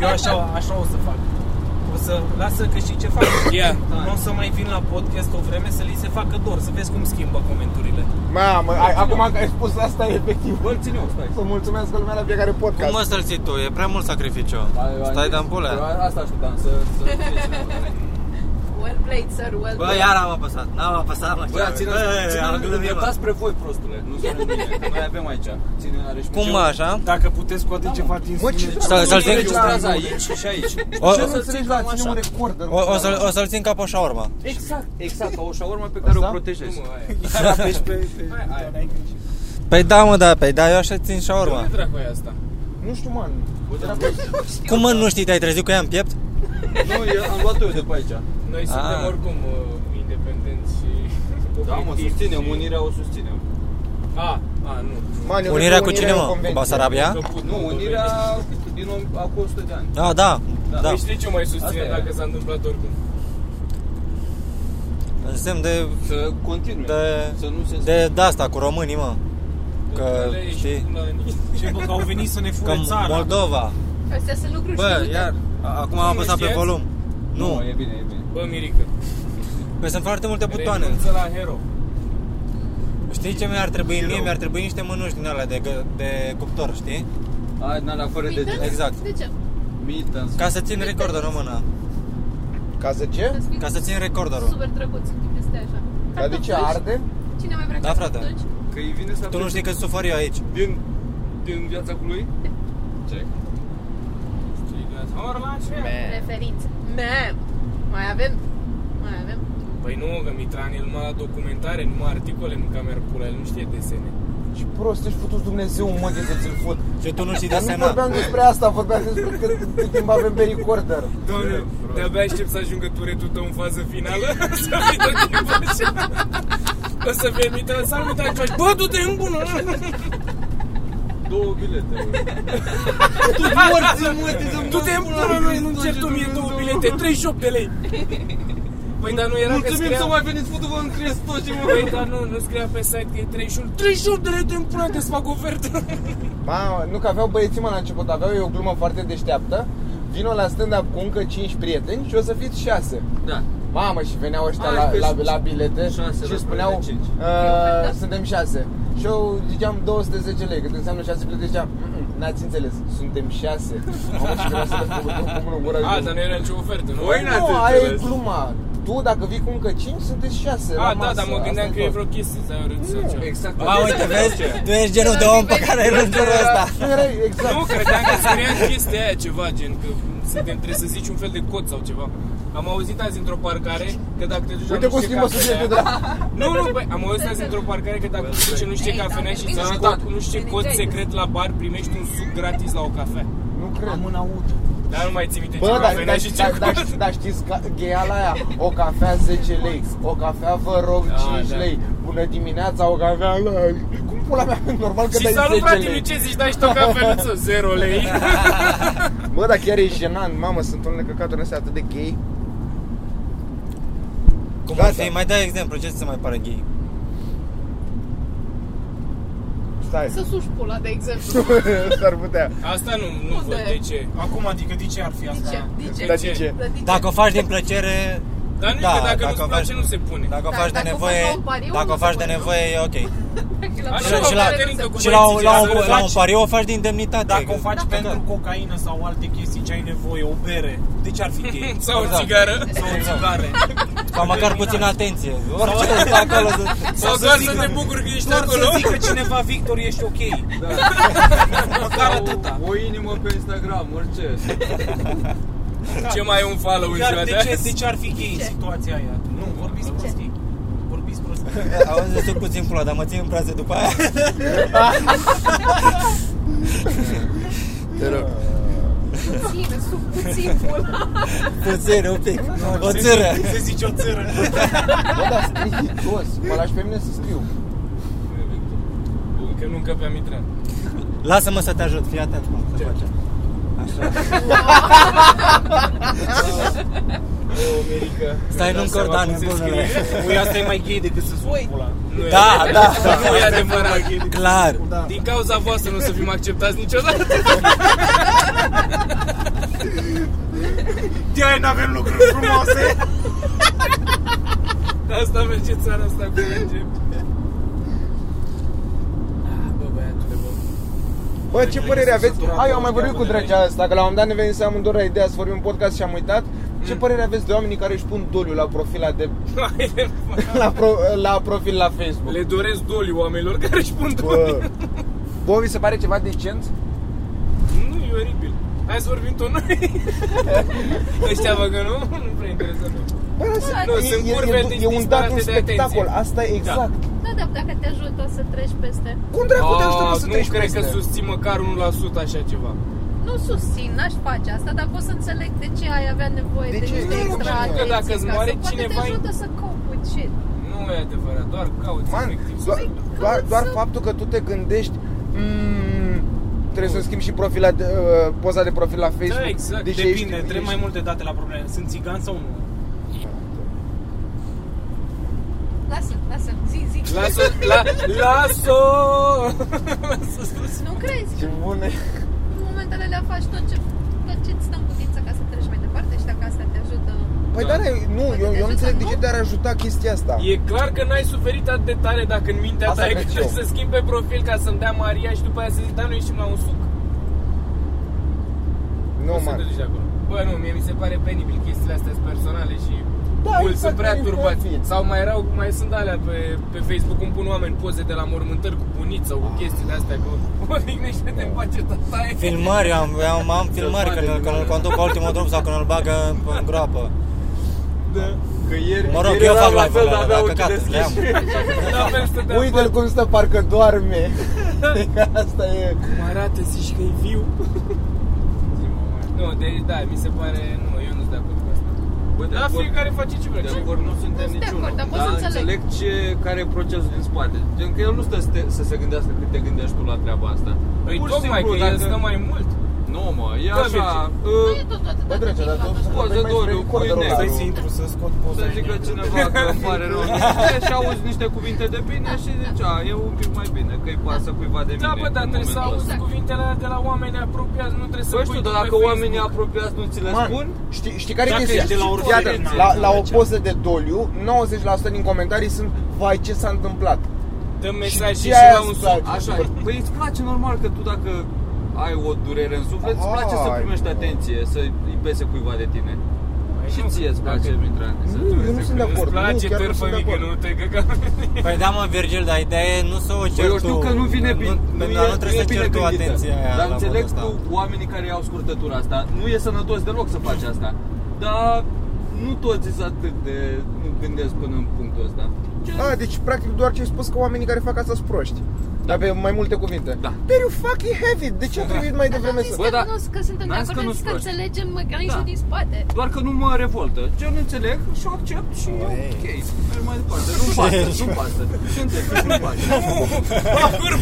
S8: Eu așa, așa o să fac. O să lasă că știi ce fac.
S2: Ia.
S8: Nu o să mai vin la podcast o vreme să li se facă dor, să vezi cum schimbă comenturile.
S4: Mamă, ai- acum că ai spus asta, efectiv.
S5: Bă, îl ține eu, stai.
S4: Să mulțumesc lumea la fiecare
S6: Cum
S4: podcast.
S6: mă să-l ții tu? E prea mult sacrificiu.
S5: Da,
S6: Stai
S5: eu-
S6: de-am
S5: eu
S6: pulea.
S5: Asta așteptam, să... să fie cineva.
S3: Well played, sir, well
S6: Bă,
S3: played.
S6: iar am apăsat. N-am apăsat, mă.
S5: Bă,
S6: chiar.
S5: ține,
S6: Bă, am
S5: ține,
S6: glumit, mă.
S5: îndreptați spre voi, prostule, nu spre mine, că noi avem aici. Ține, are și
S6: Cum, mă, așa?
S8: Dacă puteți scoate ceva din
S4: Bă, ce
S8: sunet.
S6: Să- să-l
S5: Se
S6: țin?
S5: registrează deci aici și aici.
S6: O,
S4: Ce nu
S6: o,
S4: înțelegi la a ține un recorder?
S6: o, o, să-l, o să-l țin ca pe o șaurma.
S5: Exact, exact, ca o șaurmă pe care o protejezi.
S6: Păi da, mă, da, păi da, eu așa țin șaurma.
S2: Ce dracu e asta?
S4: Nu știu, man.
S6: Cum mă, nu știi, te-ai trezit cu ea în piept?
S5: Nu, eu am luat eu de pe aici.
S2: Noi suntem
S6: Ah.
S2: oricum uh, independenți și...
S5: Da, mă,
S2: obiectivi
S5: susținem,
S2: și-
S5: unirea o susținem.
S2: A, a, nu.
S4: Man, eu
S6: Unirea
S4: cred că
S6: cu cine, mă?
S4: e
S6: Cu
S4: o
S6: Basarabia?
S2: Că put
S5: Nu,
S2: mult
S5: unirea
S2: dovedit.
S5: din om- acum 100 de ani.
S6: Ah, da, da.
S2: Păi știi ce o mai susține
S5: Asta e.
S2: dacă s-a întâmplat oricum?
S6: În semn de,
S5: Să continue,
S6: De-
S5: să nu se...
S6: de, de asta, cu românii, mă. Că,
S2: Dovedele ești
S6: știi,
S2: la niște-
S8: Ce bă, că au venit să ne
S6: că
S8: fure țara.
S6: Moldova.
S3: Astea sunt lucruri
S6: Bă,
S3: știute.
S6: iar, a- acum am apăsat pe
S2: știați?
S6: volum.
S5: Nu,
S6: Nu,
S5: e bine, e bine.
S2: Bă, Mirica,
S6: păi sunt foarte multe butoane.
S2: renunță la hero.
S6: Știi ce mi-ar trebui mie? Mi-ar trebui niște mânuși din alea de, gă- de cuptor, știi?
S5: Hai, n la fără de
S3: Uite,
S5: gest.
S6: exact.
S3: De ce?
S5: Mittens.
S6: Ca să țin recordul română.
S4: Ca să ce?
S3: Să-ți fii
S6: Ca să țin recorderul.
S3: Super drăguț când este așa.
S4: Dar de ce
S6: Păi-
S3: Cartofi.
S4: arde?
S3: Cine mai vrea
S6: Da, frate.
S3: cartofi?
S5: Că îi vine să
S6: Tu nu
S5: aprinde
S6: știi cât sufăr eu aici.
S5: din, din viața cu lui? Ce?
S3: Referințe. Mem. Mai avem? Mai avem?
S2: Păi nu, că Mitran el numai la documentare, numai articole, nu că mi-ar pula, el nu știe desene.
S4: Ce prost ești putut Dumnezeu, mă, de să ți-l fut.
S6: Și tu nu știi de
S4: Dar nu vorbeam
S6: asemenea.
S4: despre asta, vorbeam despre cât, cât timp avem pe recorder.
S2: Doamne, de-abia aștept să ajungă turetul tău în fază finală Să fii tot timpul așa O să fie Mitran, să nu te faci Bă, du-te în bună!
S5: Două bilete.
S2: Du-te în bună, nu, nu cer tu mie două bilete, 38 de lei Păi dar nu era că
S5: Mulțumim
S2: scria...
S5: să mai veniți, putu vă încrieți toți și mă...
S2: Păi dar nu, nu scria pe site că e 38 38 de lei, te-mi pula, te-ți fac ofertă
S4: Mamă, nu că aveau băieții mă la început, aveau eu o glumă foarte deșteaptă. Vino la stand-up cu încă 5 prieteni și o să fiți 6.
S5: Da.
S4: Mamă, și veneau ăștia
S5: Ah,
S4: la,
S5: că
S4: la,
S5: și-
S4: la bilete
S5: șase,
S4: și
S5: da,
S4: spuneau
S5: de cinci.
S4: "Uh, suntem 6. Și eu ziceam 210 lei, cât înseamnă 6 bilete, ziceam, "Mm-mm, n-ați înțeles, suntem 6. Mamă, și vreau să le fug eu cu mână în gură.
S2: A, dar nu era nicio ofertă, Păi, nu?
S5: Voi n-ați
S4: Nu, aia e
S5: înțeles.
S4: gluma. Tu, dacă vii cu încă 5, sunteți 6
S2: A, da, dar mă gândeam că e vreo chestie să ai râs sau ceva.
S5: Exact.
S6: A, uite, vezi? Tu ești genul de om pe care ai rândul ăsta.
S4: Nu era exact.
S2: Nu, credeam că scria chestia aia ceva, gen că suntem, trebuie să zici un fel de cod sau ceva. Am auzit azi într-o parcare că dacă te duci
S4: Uite
S2: la nu
S4: cum
S2: știu
S4: schimbă
S2: cafenea-
S4: subiectul de la...
S2: Nu, nu, băi, am auzit azi într-o parcare că dacă te duci în nu știu
S3: Ei,
S2: cafenea
S3: dar
S2: și
S3: bine,
S2: ți
S3: și
S2: cod,
S3: cod.
S2: nu știu cod
S3: Energize.
S2: secret la bar, primești un suc gratis la o cafea.
S4: Nu cred.
S8: Am în aud.
S2: Dar nu mai ții minte ce
S4: Bă, dar,
S2: cafenea
S4: dar,
S2: și ce
S4: dar,
S2: cod.
S4: dar, dar știți ca, gheala aia, o cafea 10 lei, o cafea vă rog 5
S2: da.
S4: lei, bună dimineața, o cafea la... Cum pula mea, normal că
S2: Și
S4: dai
S2: salut,
S4: 10
S2: frate,
S4: lei.
S2: ce zici, dai și tu o cafeluță, 0 lei.
S4: Bă, dar chiar e jenant, mamă, sunt unele căcaturi astea atât de gay.
S6: Cum
S4: Gata.
S6: ar fi? Mai dai exemplu, ce ți se mai pare gay?
S4: stai.
S3: Să suși pula, de exemplu.
S4: S-ar putea.
S2: Asta nu, nu
S3: Unde?
S2: văd de ce.
S8: Acum, adică de ce ar fi
S3: De ce?
S8: asta?
S3: De ce?
S4: Dar de ce?
S3: Dar de ce?
S6: Dacă o faci din plăcere,
S2: Dar nu
S6: Da,
S2: da, că dacă,
S6: dacă
S2: nu-ți place,
S6: faci-
S2: nu se pune.
S6: dacă o
S3: Da,
S6: faci de
S3: dacă o faci la
S6: nevoie,
S3: un pariu,
S6: dacă o
S3: nu
S6: faci
S3: se
S6: de
S3: pune, nu?
S6: nevoie, e ok.
S3: Așa,
S6: și la- Și la, o-
S3: da.
S6: la, un, la un pariu o faci din demnitate.
S8: Dacă o
S6: că-
S8: faci
S6: că-
S8: pentru cocaină sau alte chestii ce ai nevoie, o bere, de ce ar fi gay?
S2: Sau o
S6: Exact.
S2: țigară.
S8: Sau o țigare.
S6: Sau măcar puțin atenție. Orice stă acolo. să-
S2: Sau doar să te bucuri că ești
S8: Doar
S2: acolo.
S8: să zică cineva, Victor, ești ok. Măcar atâta.
S5: O inimă pe Instagram, orice.
S2: Ce mai e un follow în ziua
S8: Dar
S2: de
S8: de ce, de
S2: azi?
S8: ce ar fi gay în
S3: Ce?
S8: situația aia? Nu, vorbiți prostii. Vorbiți prostii.
S6: Auzi, să suc puțin pula, dar mă țin în brațe după aia.
S4: Te rog.
S3: Puțin, sub puțin pula.
S6: Puțin, un pic. O țără.
S8: Se zice o țără.
S2: Deci
S4: Bă, dar scrii toți. Mă lași pe mine să scriu.
S2: Bun, Că nu încăpeam intrat.
S6: Lasă-mă să te ajut, fii atent cum se face. Stai în un cordan, nebunule.
S8: Ui, asta e mai gay decât să spui pula.
S2: Nu e
S6: Da,
S2: adevărat.
S6: da,
S2: Nu e adevărat.
S6: clar.
S2: Din cauza voastră nu o să fim acceptați niciodată.
S8: De aia n-avem lucruri frumoase.
S2: De asta merge țara asta cu merge. Ah,
S8: Bă, băiatule, bă.
S4: Bă, ce părere aveți?
S8: săturat,
S4: Hai, eu am mai
S8: mă,
S4: vorbit cu
S8: de
S4: dragea asta, că la un moment dat ne venim să am doar ideea să vorbim în podcast și am uitat. Ce părere aveți de oamenii care își pun doliu la profila de la, pro, la profil la Facebook?
S2: Le doresc doliu oamenilor care își pun doliu.
S4: Bă, Bă, vi se pare ceva decent?
S2: Nu, e oribil. Hai să vorbim tot noi. Ăștia mă că nu, nu prea interesant.
S4: Bă,
S3: Bă,
S2: Nu,
S4: adică e,
S2: sunt
S4: e,
S2: curbe
S4: e, e un dat
S2: disparate
S4: un
S2: de
S4: spectacol,
S2: atenție.
S4: asta e exact. Da.
S3: Da, dar dacă te ajută, o să treci peste.
S4: Cum dracu de asta nu să
S2: Ah, nu
S4: treci
S2: cred
S4: peste?
S2: că susțin măcar 1% așa ceva.
S3: Nu susțin, n-aș face asta, dar pot să înțeleg de ce ai avea nevoie
S4: De
S3: de,
S4: ce?
S3: niște
S4: Nu,
S3: extra
S4: pentru
S2: că
S3: atenție.
S2: dacă îți moare
S3: acasă. Poate
S2: cineva-
S3: te ajută să copuci shit.
S2: Nu e adevărat, doar cauți
S4: Man,
S2: efectiv.
S4: doar,
S3: Păi,
S4: doar,
S3: cum
S4: doar
S3: să-
S4: faptul că tu te gândești mm, Trebuie să schimbi și profila de, uh, poza de profil la Facebook
S8: Da, exact.
S4: Deci ești-
S8: Depinde, trebuie
S4: ești-
S8: mai multe date la probleme. Sunt țigan sau nu?
S3: Lasă, lasă, zi, zi.
S2: Lasă, la, las-o!
S3: Nu crezi?
S4: Ce bune
S3: În momentele le faci tot ce tot ce-ți stă în putință ca să treci mai departe și dacă asta te ajută.
S4: Păi
S2: Da.
S4: dar nu,
S3: Poate
S4: eu,
S3: te
S4: eu nu
S3: ajută,
S4: înțeleg de
S3: nu?
S4: ce te-ar ajuta chestia asta
S2: E clar că n-ai suferit atât de tare dacă în mintea
S4: Asta
S2: ta e că
S4: cred
S2: trebuie
S4: eu.
S2: să schimbi pe profil ca să-mi dea Maria și după aia să zic, da, noi ieșim la un suc.
S4: Nu,
S2: să te
S4: man
S2: duci de acolo. Bă, nu, mie mi se pare penibil chestiile astea sunt personale și
S4: Da,
S2: mulți
S4: exact,
S2: sunt prea
S4: nu-i
S2: turbați.
S4: profit.
S2: Sau mai erau, mai sunt alea pe, pe Facebook îmi pun oameni poze de la mormântări cu buniță, cu chestiile astea, cu mă lignește-te în pace, tataie.
S6: Filmări, am, am, am filmări când, îl- când îl conduc pe ultimul drum sau când îl bagă în, în groapă.
S5: Că ieri,
S6: Mă rog,
S5: ieri
S6: eu
S5: eram
S6: fac
S5: la
S6: live-ul
S5: fel, dar
S6: ăla,
S5: avea
S6: dar
S5: ochii
S6: căcat, le am.
S5: deschiși.
S2: Da, fel stăteam,
S4: Uite-l cum stă, parcă doarme Asta e
S2: bă, Mă arată, zici că e viu. nu, deci da, mi se pare, nu, eu nu-s de acord cu asta.
S5: Bă, de
S2: Da,
S5: acord-
S2: fiecare face ce vrea.
S5: De
S2: Ce-
S5: acord nu suntem
S3: sunt de
S5: niciunul.
S3: acord, dar pot
S5: Dar
S3: să înțeleg.
S5: înțeleg ce, care e procesul din spate. Gen că el nu stă să, te, să se gândească cât te gândești tu la treaba asta.
S2: Păi
S5: Pur și
S2: tocmai
S5: simplu,
S2: că el stă mai mult.
S5: Nu, mă, e
S2: Da,
S5: așa...
S3: Nu
S5: ă,
S3: Păi e tot atât
S4: Bă,
S3: de
S4: drăgea, dar tu
S3: mic, la
S5: Poză
S4: vorbeai mai
S5: doliu,
S4: spre
S5: cu
S4: coadrul
S5: inel.
S4: ăla,
S8: Stai
S4: nu?
S8: să intru, să scot poza.
S5: ă, Să zică cineva că îmi pare rău Și auzi niște cuvinte de bine și zice A, e un pic mai bine că-i pasă cuiva de mine
S2: Da, bă, dar
S5: în
S2: trebuie să
S5: momentul
S2: auzi
S5: ăsta.
S3: ăsta.
S2: cuvintele alea de la oameni apropiați, nu trebuie să
S5: Bă,
S2: pui
S5: știu,
S2: tu
S5: dar
S2: pe
S5: dacă
S6: Păi,
S2: Facebook.
S5: oamenii apropiați nu ți le
S4: Man,
S5: spun
S4: știi, știi care e
S8: Dacă
S4: chestia?
S8: ești de la
S4: Fii
S8: oricine,
S4: atent,
S8: n-ai
S4: la,
S8: ce
S4: la o
S8: face.
S4: poză de doliu, 90% din comentarii sunt Vai, ce s-a întâmplat?
S2: Dă mesaj și,
S4: ce
S2: și
S4: aia
S2: la un
S4: îți
S2: suc.
S4: place?
S5: Așa, e. păi îți place normal că tu dacă ai o durere în suflet, îți
S4: Ai,
S5: place să primești
S4: bă.
S5: atenție, să îi pese cuiva de tine.
S6: Păi
S5: Și
S2: nu,
S5: ție îți place, Mitran. să-
S4: Nu, eu nu sunt de
S2: Îți
S4: acord, nu,
S2: place
S4: chiar nu
S2: târfă
S4: sunt de
S2: mică,
S4: acord
S2: nu te căca.
S6: Păi da, mă, Virgil, dar ideea e nu să o
S5: Bă,
S6: ceri
S5: Păi eu știu
S6: tu.
S5: că nu vine bine,
S6: nu,
S5: e-
S6: dar nu trebuie
S5: e
S6: să
S5: bine
S6: ceri tu
S5: gândită.
S6: atenția aia
S5: Dar
S6: la
S5: înțeleg
S6: modul ăsta.
S5: tu oamenii care iau scurtătura asta, nu e sănătos deloc să faci asta. Dar nu toți sunt atât de nu gândesc până în punctul ăsta.
S4: A, deci practic doar ce ai spus că oamenii care fac asta sunt proști. Dar pe mai multe cuvinte.
S5: Da.
S4: Dar you fucking have it. De ce a trebuit mai devreme să...
S5: Bă,
S3: Bă,
S5: dar-
S3: da. Nu, că suntem de
S5: n-am zis
S3: acord, am zis
S5: că nu-s
S3: că
S5: proști.
S3: înțelegem mecanismul
S5: Da.
S3: din spate.
S5: Doar că nu mă revoltă. Ce nu înțeleg și o accept și e ok. Merg mai departe. Nu pasă, nu pasă. Sunt efect, nu pasă.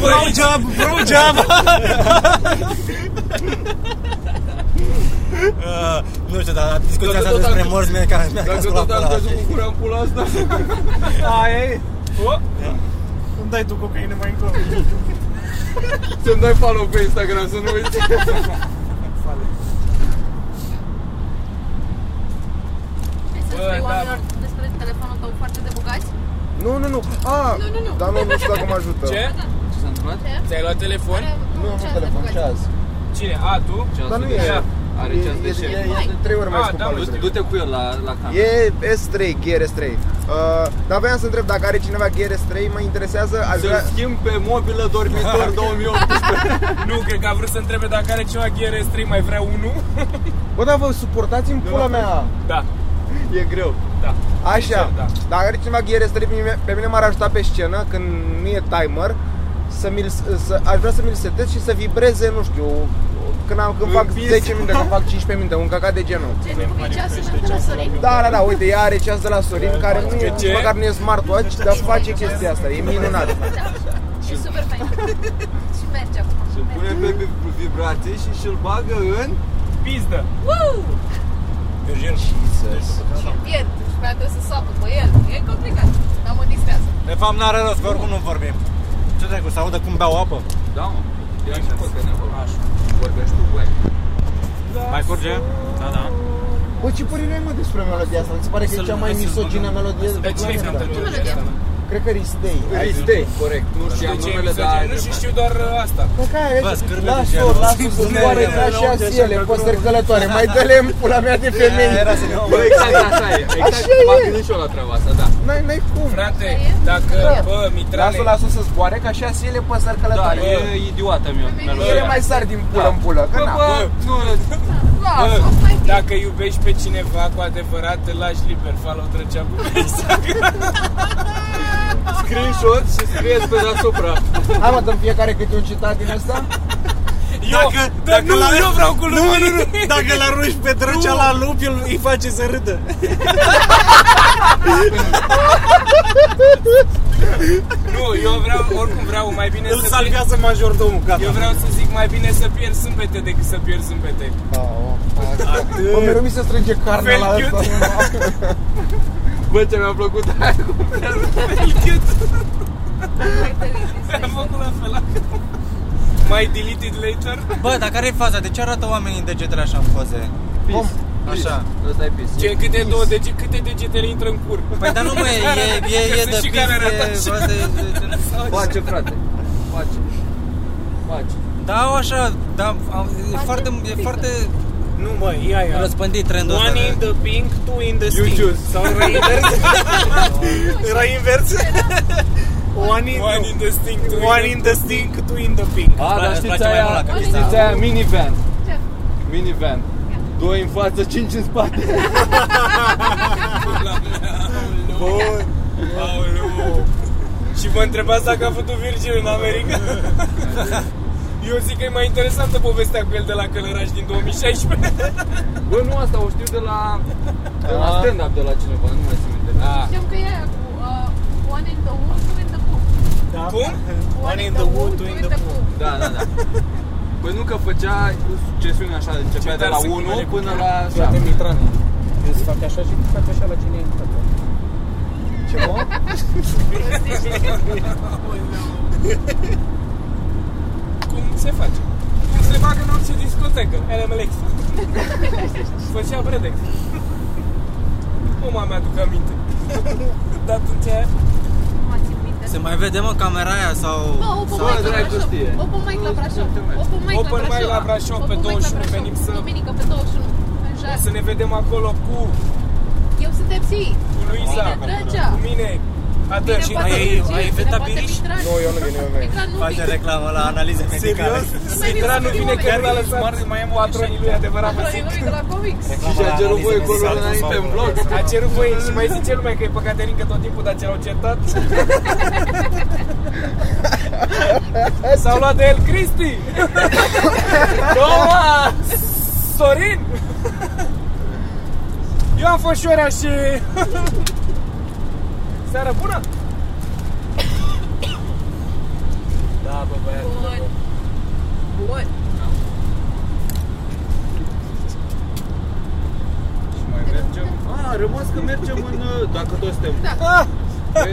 S6: Blowjob, blowjob! Uh, nu știu, dar discuția
S5: Dacă
S6: asta
S5: tot am-
S6: despre morți mi-a cam mi-a
S5: Dacă
S6: casculat
S5: tot am
S6: pula.
S5: căzut cu gura în pula asta,
S8: Aia e.
S2: O,
S8: Îmi dai tu cocaină mai încolo.
S7: Să-mi dai follow pe Instagram, să nu uiți.
S9: Vrei să
S2: Bă,
S9: spui
S2: da.
S9: oamenilor despre telefonul tău foarte de bogați?
S4: Nu, nu, nu. A,
S9: Nu, nu, nu.
S4: dar nu, nu știu dacă mă ajută.
S2: Ce?
S5: Ce s-a întâmplat?
S2: Ți-ai luat telefon?
S9: Care-
S4: Nu, am
S9: ce
S4: un
S9: de
S4: telefon,
S9: bogați?
S4: ceas.
S2: Cine? A, tu?
S5: Ceasul
S4: Dar nu
S5: de
S4: e.
S5: șef.
S4: E-
S5: Are ceas
S4: e-
S5: de
S4: e-
S5: șef.
S4: e de trei ori mai
S2: Ah,
S4: scump
S2: da,
S4: al
S2: mă,
S4: lui
S2: știu.
S4: Trei.
S5: Du-te cu el la, la cameră.
S4: E S3, Gear S3. Uh, dar voiam să întreb dacă are cineva Gear S3, mă interesează, aș vrea...
S5: Să-l schimb pe mobilă dormitor 2018.
S2: Nu, cred că a vrut să întrebe dacă are ceva Gear S3, mai vrea unul?
S4: Bă, dar vă suportați în pula mea!
S2: Da,
S4: E greu.
S2: da.
S4: Așa,
S2: Da.
S4: dacă are cineva Gear S3, pe mine- pe mine m-ar ajuta pe scenă, când nu e timer, să mi să, aș vrea să mi-l setez și să vibreze, nu știu, când, am, când fac
S5: Împins.
S4: 10 minute, când fac 15 minute, un cacat de genul.
S9: Ce ai făcut ceasul meu de la Sorin?
S4: Da, da, da, uite, ea are ceas de la Sorin, care nu e,
S2: Că ce?
S4: nici măcar nu e smartwatch, dar face chestia asta, e minunat.
S9: E super fain. Și merge acum.
S5: Îl pune pe vi- vibrație și și-l bagă în...
S2: Pizdă.
S6: Virgil.
S3: Pierd
S9: deci
S3: și mai trebuie să sapă pe el. E complicat, dar mă distrează.
S6: De fapt, n-are rost, că oricum nu vorbim. Ce trebuie să audă cum beau apă?
S5: Da, mă. Eu am știut că ne
S8: Așa.
S5: vorbești tu, băi.
S8: Mai curge? Da, da.
S4: Bă, Păi, ce părere ai, mă, despre melodia asta? Mi se pare că e
S8: Să-l-
S4: cea mai
S8: să-l
S4: misogină
S8: băgăm.
S4: melodie
S2: Pe cine
S4: planeta.
S2: cântă
S9: melodie?
S2: melodie asta?
S4: Cred că Ristei.
S7: Ristei, corect. Nu
S2: Nu
S7: știam
S2: știu ce e
S7: numele,
S2: misogină,
S7: dar...
S2: nu știu, știu doar uh, asta.
S4: Bă, care
S6: Bă,
S4: Păi, vezi?
S6: scârbile de
S4: Las-o,
S6: genul.
S4: las-o să zboare ca și asiele, păsări călătoare. Mai dă-le în pula mea de femei.
S6: Era să ne
S7: Bă, exact asta e. Exact,
S4: Așa
S7: m-am
S4: e.
S7: gândit și eu la treaba asta, da.
S4: N-ai, n-ai cum.
S2: Frate, dacă, bă, Mitrale,
S4: Las-o, las-o să zboare ca și asiele, păsări
S5: Da,
S4: călătoare.
S5: e idiotă mi-o
S4: Ele
S5: melodia.
S4: mai sar din pulă în pulă, că
S7: Bă,
S4: na.
S7: bă, nu,
S2: bă,
S3: Lasă, mai bine.
S2: dacă iubești pe cineva cu adevărat, îl lași liber, follow trăcea cu
S7: screenshot și scrieți pe deasupra.
S4: Hai mă, dăm fiecare câte un citat din ăsta?
S6: Dacă, dacă
S2: nu, eu vreau cu
S6: nu, nu, nu, Dacă l arunci pe drăcea la lup, el îi face să râdă.
S2: Nu, eu vreau, oricum vreau mai bine
S6: Îl
S2: să pierd,
S6: salvează majordomul, gata.
S2: eu vreau să zic mai bine să pierd sâmbete decât să pierd zâmbete.
S4: Au, Bă, mereu mi se strânge carnea la
S2: Thank you.
S4: asta.
S7: Bă, ce mi-a plăcut da, aia cu
S2: Am făcut la fel. My deleted later.
S6: Bă, dar care e faza? De ce arată oamenii degetele așa în poze?
S4: Cum?
S6: Așa.
S5: Ăsta e pis.
S2: Ce, câte, două dege, câte degetele intră în cur?
S6: Păi dar nu mă, e, e, e, e
S2: Că
S6: de
S2: sunt și
S6: pif,
S2: care arată
S6: e,
S2: așa.
S6: asta e de-
S5: Face, frate. Face. Face.
S6: Da, o așa, da, am- e foarte, e foarte
S8: Nu, mă, ia, ia.
S6: răspândit trendul ăsta.
S8: One
S6: de-
S8: in the pink, two in the
S7: You
S8: stink.
S7: choose.
S8: Sau era invers? era invers? One in,
S2: One in the stink, two in
S8: one
S2: the-
S8: in the stink, two in the pink.
S5: A, dar știți
S6: mai mult la
S5: aia,
S6: Capitana.
S5: știți aia minivan.
S9: Ce?
S5: Minivan. Doi în față, cinci în spate.
S2: Bun. Aoleu. Și vă întrebați dacă a făcut Virgil în America? Eu zic că e mai interesantă povestea cu el de la Călăraș din 2016.
S5: Bă, nu asta, o știu de la, de la stand-up de la cineva, nu mai țin minte.
S2: Ah.
S9: Știam că e aia cu uh, one in the wood, two in the poop.
S8: Da?
S2: Cum?
S9: One in the wood, two in the poop.
S5: Da, da, da. Păi nu că făcea succesiune așa, începea
S2: Ce
S5: de la
S2: tare să
S5: 1
S2: cumpere
S5: până
S2: cu
S5: la
S8: Frate
S5: 7.
S8: Mitran. Eu să fac așa și fac așa la cine e în față.
S4: Ce mă?
S2: Cum se face? Cum se bagă în orice discotecă? LMLX. Făcea Bredex. Mama mi-aduc aminte. Dar atunci aia...
S9: Mă țin minte.
S6: Se mai vede, mă, camera aia sau...
S9: Bă, open
S6: sau...
S9: mic la
S5: dracu
S9: Brașov.
S5: știe.
S9: Open mic la Brașov. Open mic
S2: Open
S9: la
S2: mic
S9: Brașov.
S2: la Brașov pe
S9: Open mic la
S2: 21,
S9: Brașov.
S2: venim să-
S9: Duminică pe 21. În jar.
S2: Să ne vedem acolo cu,
S9: Eu sunt MC.
S2: cu Luisa,
S9: Bine, Drăgea.
S2: cu mine.
S9: Bine,
S2: Atât Exact. și
S9: poate
S6: ai-
S9: Virgil,
S6: ai
S9: bine,
S6: inventat
S9: poate
S6: Biriș?
S9: Mitran.
S4: Nu, eu nu vin, eu nu vin.
S9: Mitran nu
S6: Face
S9: vine.
S6: reclamă la analize medicale.
S9: Nu mai vine
S2: Mitran nu
S9: ultimul
S2: vine că
S9: moment.
S2: nu l-a lăsat mai patronii lui adevărat pe
S9: Patronii
S2: zic.
S9: lui de la comics.
S6: Reclamă
S5: Și
S6: la
S5: a cerut
S6: analize
S5: voie golul
S6: medicale
S5: înainte
S6: sau-
S5: în blog.
S2: A cerut voie și mai zice lumea că e pe Caterin că tot timpul, dar ce l-au certat. S-au luat de el Cristi! Toma! Sorin! Eu am fost șorea și... Seară bună!
S8: Da, bă, băiat.
S9: Bun. Bun.
S5: Și mai mergem. A, rămas că mergem în, uh, dacă toți Ah! suntem,
S9: Da.
S5: pe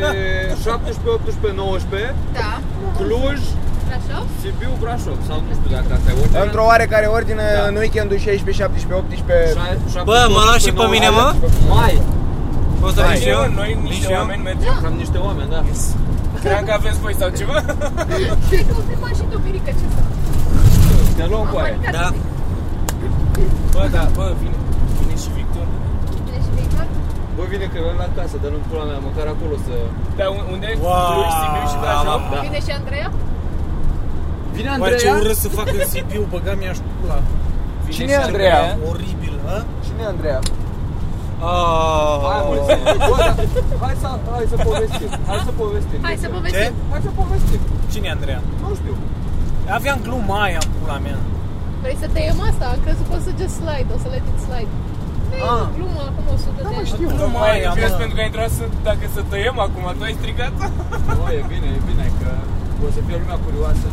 S5: 17, 18, 19,
S9: Da.
S5: Cluj,
S9: Brașov?
S5: Sibiu, Brașov sau nu știu dacă asta e ordine.
S4: Într-o oarecare ordine,
S5: Da.
S4: în weekendul 16, 17, 18...
S5: Șa-
S6: Bă, m-a luat și pe
S5: 17,
S6: mine, mă?
S5: Mai,
S6: Poți să
S2: Hai,
S6: vin și eu?
S2: Noi,
S6: Vin
S2: niște
S6: și eu?
S2: oameni, mergem.
S5: cam niște oameni, da.
S2: Cream că aveți voi sau ceva.
S9: Ai confirmat și tu, Mirica, ce să
S5: Te luăm cu aia.
S6: Da.
S2: Bă, da, bă, vine. Vine și Victor.
S9: Bine și Victor?
S5: Bă, vine că luăm la casă, dar nu pula mea, măcar acolo să...
S2: Dar Da, un- unde?
S8: Wow.
S2: Cluj, Sibiu și Brașov?
S5: Da.
S3: Vine și Andreea?
S5: Vine
S8: Bă, ce
S5: Andreea?
S8: urât să fac în Sibiu, băga mi-aș pula.
S2: Vine
S4: Cine
S2: și
S4: e Andreea?
S8: Oribil, a?
S4: Cine e Andreea?
S5: Hai,
S6: Oh.
S5: mulțumim. Bă, dar hai să, hai să povestim. Hai să povestim.
S9: Hai să
S8: Ce?
S9: povestim.
S5: Hai să povestim.
S8: Cine e Andreea?
S5: Nu știu.
S8: Aveam gluma aia în pula mea.
S3: Vrei să te iem asta? Am crezut că o să just slide, o să le dit slide. Nu e o glumă, acum 100 de ani.
S8: știu.
S2: Nu
S8: Gluma
S2: mai
S8: aia,
S2: nervios pentru
S8: mă.
S2: că ai intrat să, dacă să tăiem acum, tu ai stricat?
S5: Nu, e bine, e bine, că o să fie lumea curioasă.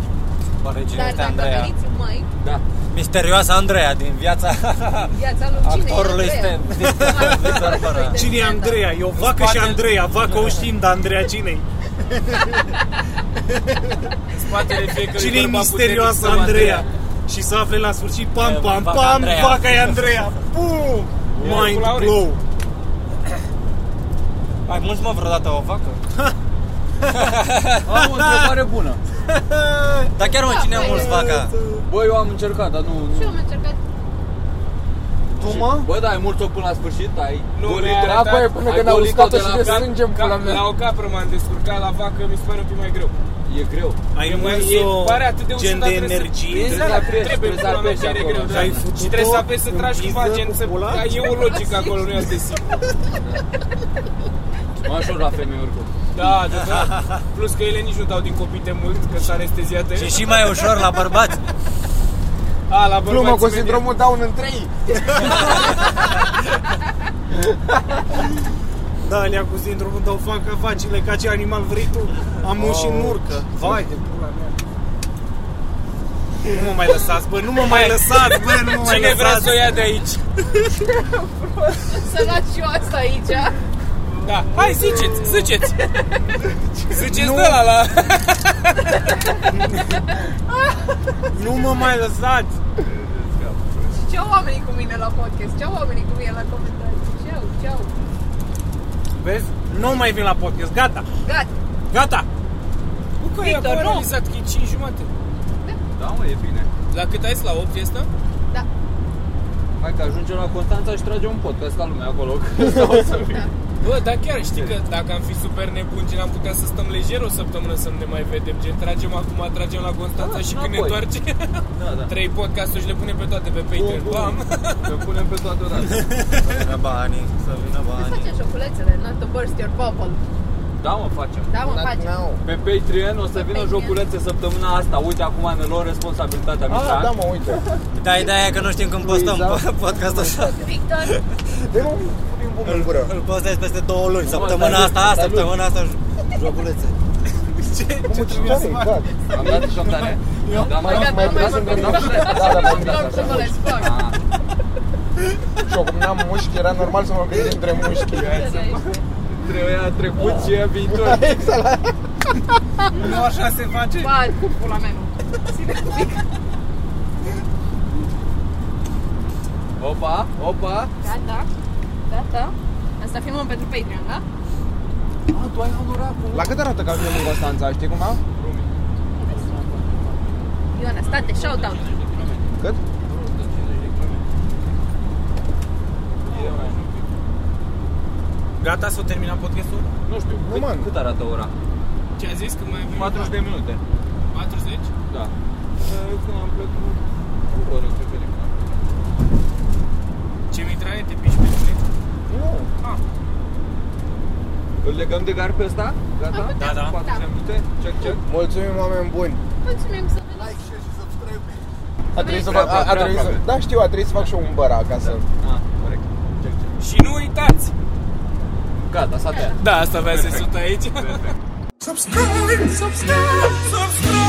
S6: Oare cine
S3: Dar
S6: este
S3: dacă
S6: Andreea?
S3: veniți mai,
S5: Da.
S6: Misterioasa Andreea din viața
S3: viața lui cine
S6: actorului
S3: e Andreea?
S6: Stan. Victor Fara.
S8: Cine e Andreea? Eu vacă și Andreea. Vacă o știm, dar Andreea cine-i?
S2: În spatele fiecărui
S8: Cine e
S2: bărbat
S8: misterioasă
S2: puternic,
S8: Andreea? Și să afle la sfârșit, pam, pam,
S6: Vaca
S8: pam,
S6: Andreea.
S8: vaca e Andreea. Pum!
S2: Eu
S8: Mind
S2: cu Laurențiu.
S8: blow.
S6: Ai mulți mă vreodată o vacă?
S5: Am o întrebare bună.
S6: Dar chiar mă, cine a
S3: băi,
S6: mulți vaca?
S5: Bă, eu am încercat, dar nu...
S3: Și eu
S5: nu.
S3: am încercat.
S4: Tu, mă?
S5: Bă, da, ai mult-o până la sfârșit, ai
S2: Nu,
S5: golit-o.
S2: mi-a arătat-
S5: da. Ai
S2: bă,
S4: până când au
S5: golit-o
S4: uscat-o
S5: de
S4: și
S5: la
S4: de
S5: cap.
S4: Strângem
S2: Cap-
S4: pula mea.
S2: La o capră m-am descurcat, la vacă mi se pare un pic mai greu.
S5: E greu.
S8: Ai
S2: Că mai-
S8: mulți
S2: e-
S8: o
S2: pare atât de ușor,
S8: gen
S2: dar
S8: de
S2: trebuie să-
S8: energie.
S5: Trebuie să
S2: Exact.
S5: apeși,
S2: Trebuie
S5: trebuie să
S2: pula mea
S5: apeși
S2: chiar e greu,
S5: acolo.
S2: da.
S8: Ai
S2: Și
S8: făcut-o
S2: trebuie să apeși să
S8: în
S2: tragi
S8: piză
S2: cumva, gen
S8: cu
S2: să...
S8: pula?
S2: Dar e o logică acolo, nu e de simplu.
S5: Mă ajung la femei oricum.
S2: Da, da, da. Plus că ele nici nu dau din copii de mult, că s-a anesteziate.
S6: Și e și mai ușor la bărbați.
S2: A, la bărbați
S4: Glumă cu
S2: se vede.
S4: sindromul Down în 3.
S8: Da, alea cu sindromul tău fac că vacile ca ce animal vrei tu. Am oh. și în urcă. Vai de pula mea. Nu mă mai lăsați, bă, nu mă mai lăsați, bă, nu mă mai
S2: Cine vrea
S8: lăsați.
S2: să o ia de aici?
S3: Să luați și eu asta aici.
S2: Da, hai ziceți, ziceți Ziceți de la la
S8: Nu mă mai lăsați.
S3: Și ce au oamenii cu mine la podcast? Ce au oamenii cu mine la comentarii? Ce au, ce au?
S8: Vezi? Nu mai vin la podcast, gata,
S3: Gata.
S8: gata.
S2: Bucă, e
S3: Victor,
S2: acolo
S3: nu.
S2: realizat că e 5 jumate
S5: Da, mă, e bine.
S2: La cât ai la 8 e asta?
S5: Hai că ajungem la Constanța și tragem un podcast ca lumea acolo. că sau o să fie.
S2: Bă, dar chiar știi că dacă am fi super nebuni Gen am putea să stăm lejer o săptămână să nu ne mai vedem Gen tragem acum, tragem la Constanța
S5: Da,
S2: și când ne
S5: înapoi.
S2: întoarcem
S5: Da, da.
S2: Trei podcasturi și le punem pe toate pe Patreon
S5: Bun,
S2: Bam.
S5: bun. Le punem pe toate odată.
S6: Să vină banii, să vină
S3: Să
S6: banii.
S3: facem șoculețele, not to burst your bubble.
S5: Da, mă, facem.
S3: Da, mă, facem.
S5: Pe Patreon o să
S3: Pe
S5: vină
S3: Patreon.
S5: joculețe săptămâna asta. Uite, acum ne luăm responsabilitatea,
S4: Ah,
S5: Mihai.
S4: da, mă, uite.
S6: Da, ideea e că nu știm când postăm
S4: Luiza.
S6: podcastul așa.
S3: Victor,
S4: De nu punem bum în gură.
S6: Îl postez peste două luni,
S5: Mamă,
S6: săptămâna
S5: salut,
S6: asta,
S5: salut.
S6: săptămâna asta, joculețe.
S4: Cum ce trebuie să fac?
S5: Am dat și șaptane. Da,
S4: Mai-
S3: gata,
S4: mai
S5: mai-
S3: nu mai
S4: vreau să
S3: vorbim.
S4: întreb, n-am știut. Da, da,
S5: da,
S3: Nu
S5: da,
S3: vreau
S5: da,
S3: șoculeț, fac.
S5: Ah,
S4: Și eu cum n-am mușchi, era normal să mă gândesc între mușchi.
S5: Trebuia trecut și e viitor.
S8: Nu așa se face.
S3: Ba, cu pula mea, nu.
S5: Opa, opa.
S3: Gata, gata. Asta filmăm pentru Patreon, da?
S5: Ah, tu ai honoracul.
S4: La cât arată camionul în Constanța, știi cum am?
S3: Ioana, state, shout-out.
S4: Cât?
S8: Gata, s-o terminat podcastul?
S5: Nu știu,
S4: Nu,
S5: cât,
S4: man.
S5: cât arată ora?
S2: Ce a zis? Că mai avem
S5: 40 de minute.
S2: 40?
S5: Da. Eu când am plecat, o oră, cred că de când am plecat.
S2: Ce mi traie? Te piși pe tine?
S4: Nu.
S5: Îl legăm de gar pe ăsta? Gata?
S8: Da, da.
S5: 40 de minute? Check, check.
S4: Mulțumim, oameni buni.
S3: Mulțumim să vedeți.
S4: A trebuit să
S5: Prea
S4: fac, a, a
S5: aproape.
S4: trebuit să, da, știu, a trebuit să fac și eu un băra ca să...
S5: Ah, corect. Check, check.
S2: Și nu uitați!
S5: Gata, s-a tăiat.
S2: Da, asta vrea să-i sut aici
S10: Subscribe, subscribe, subscribe.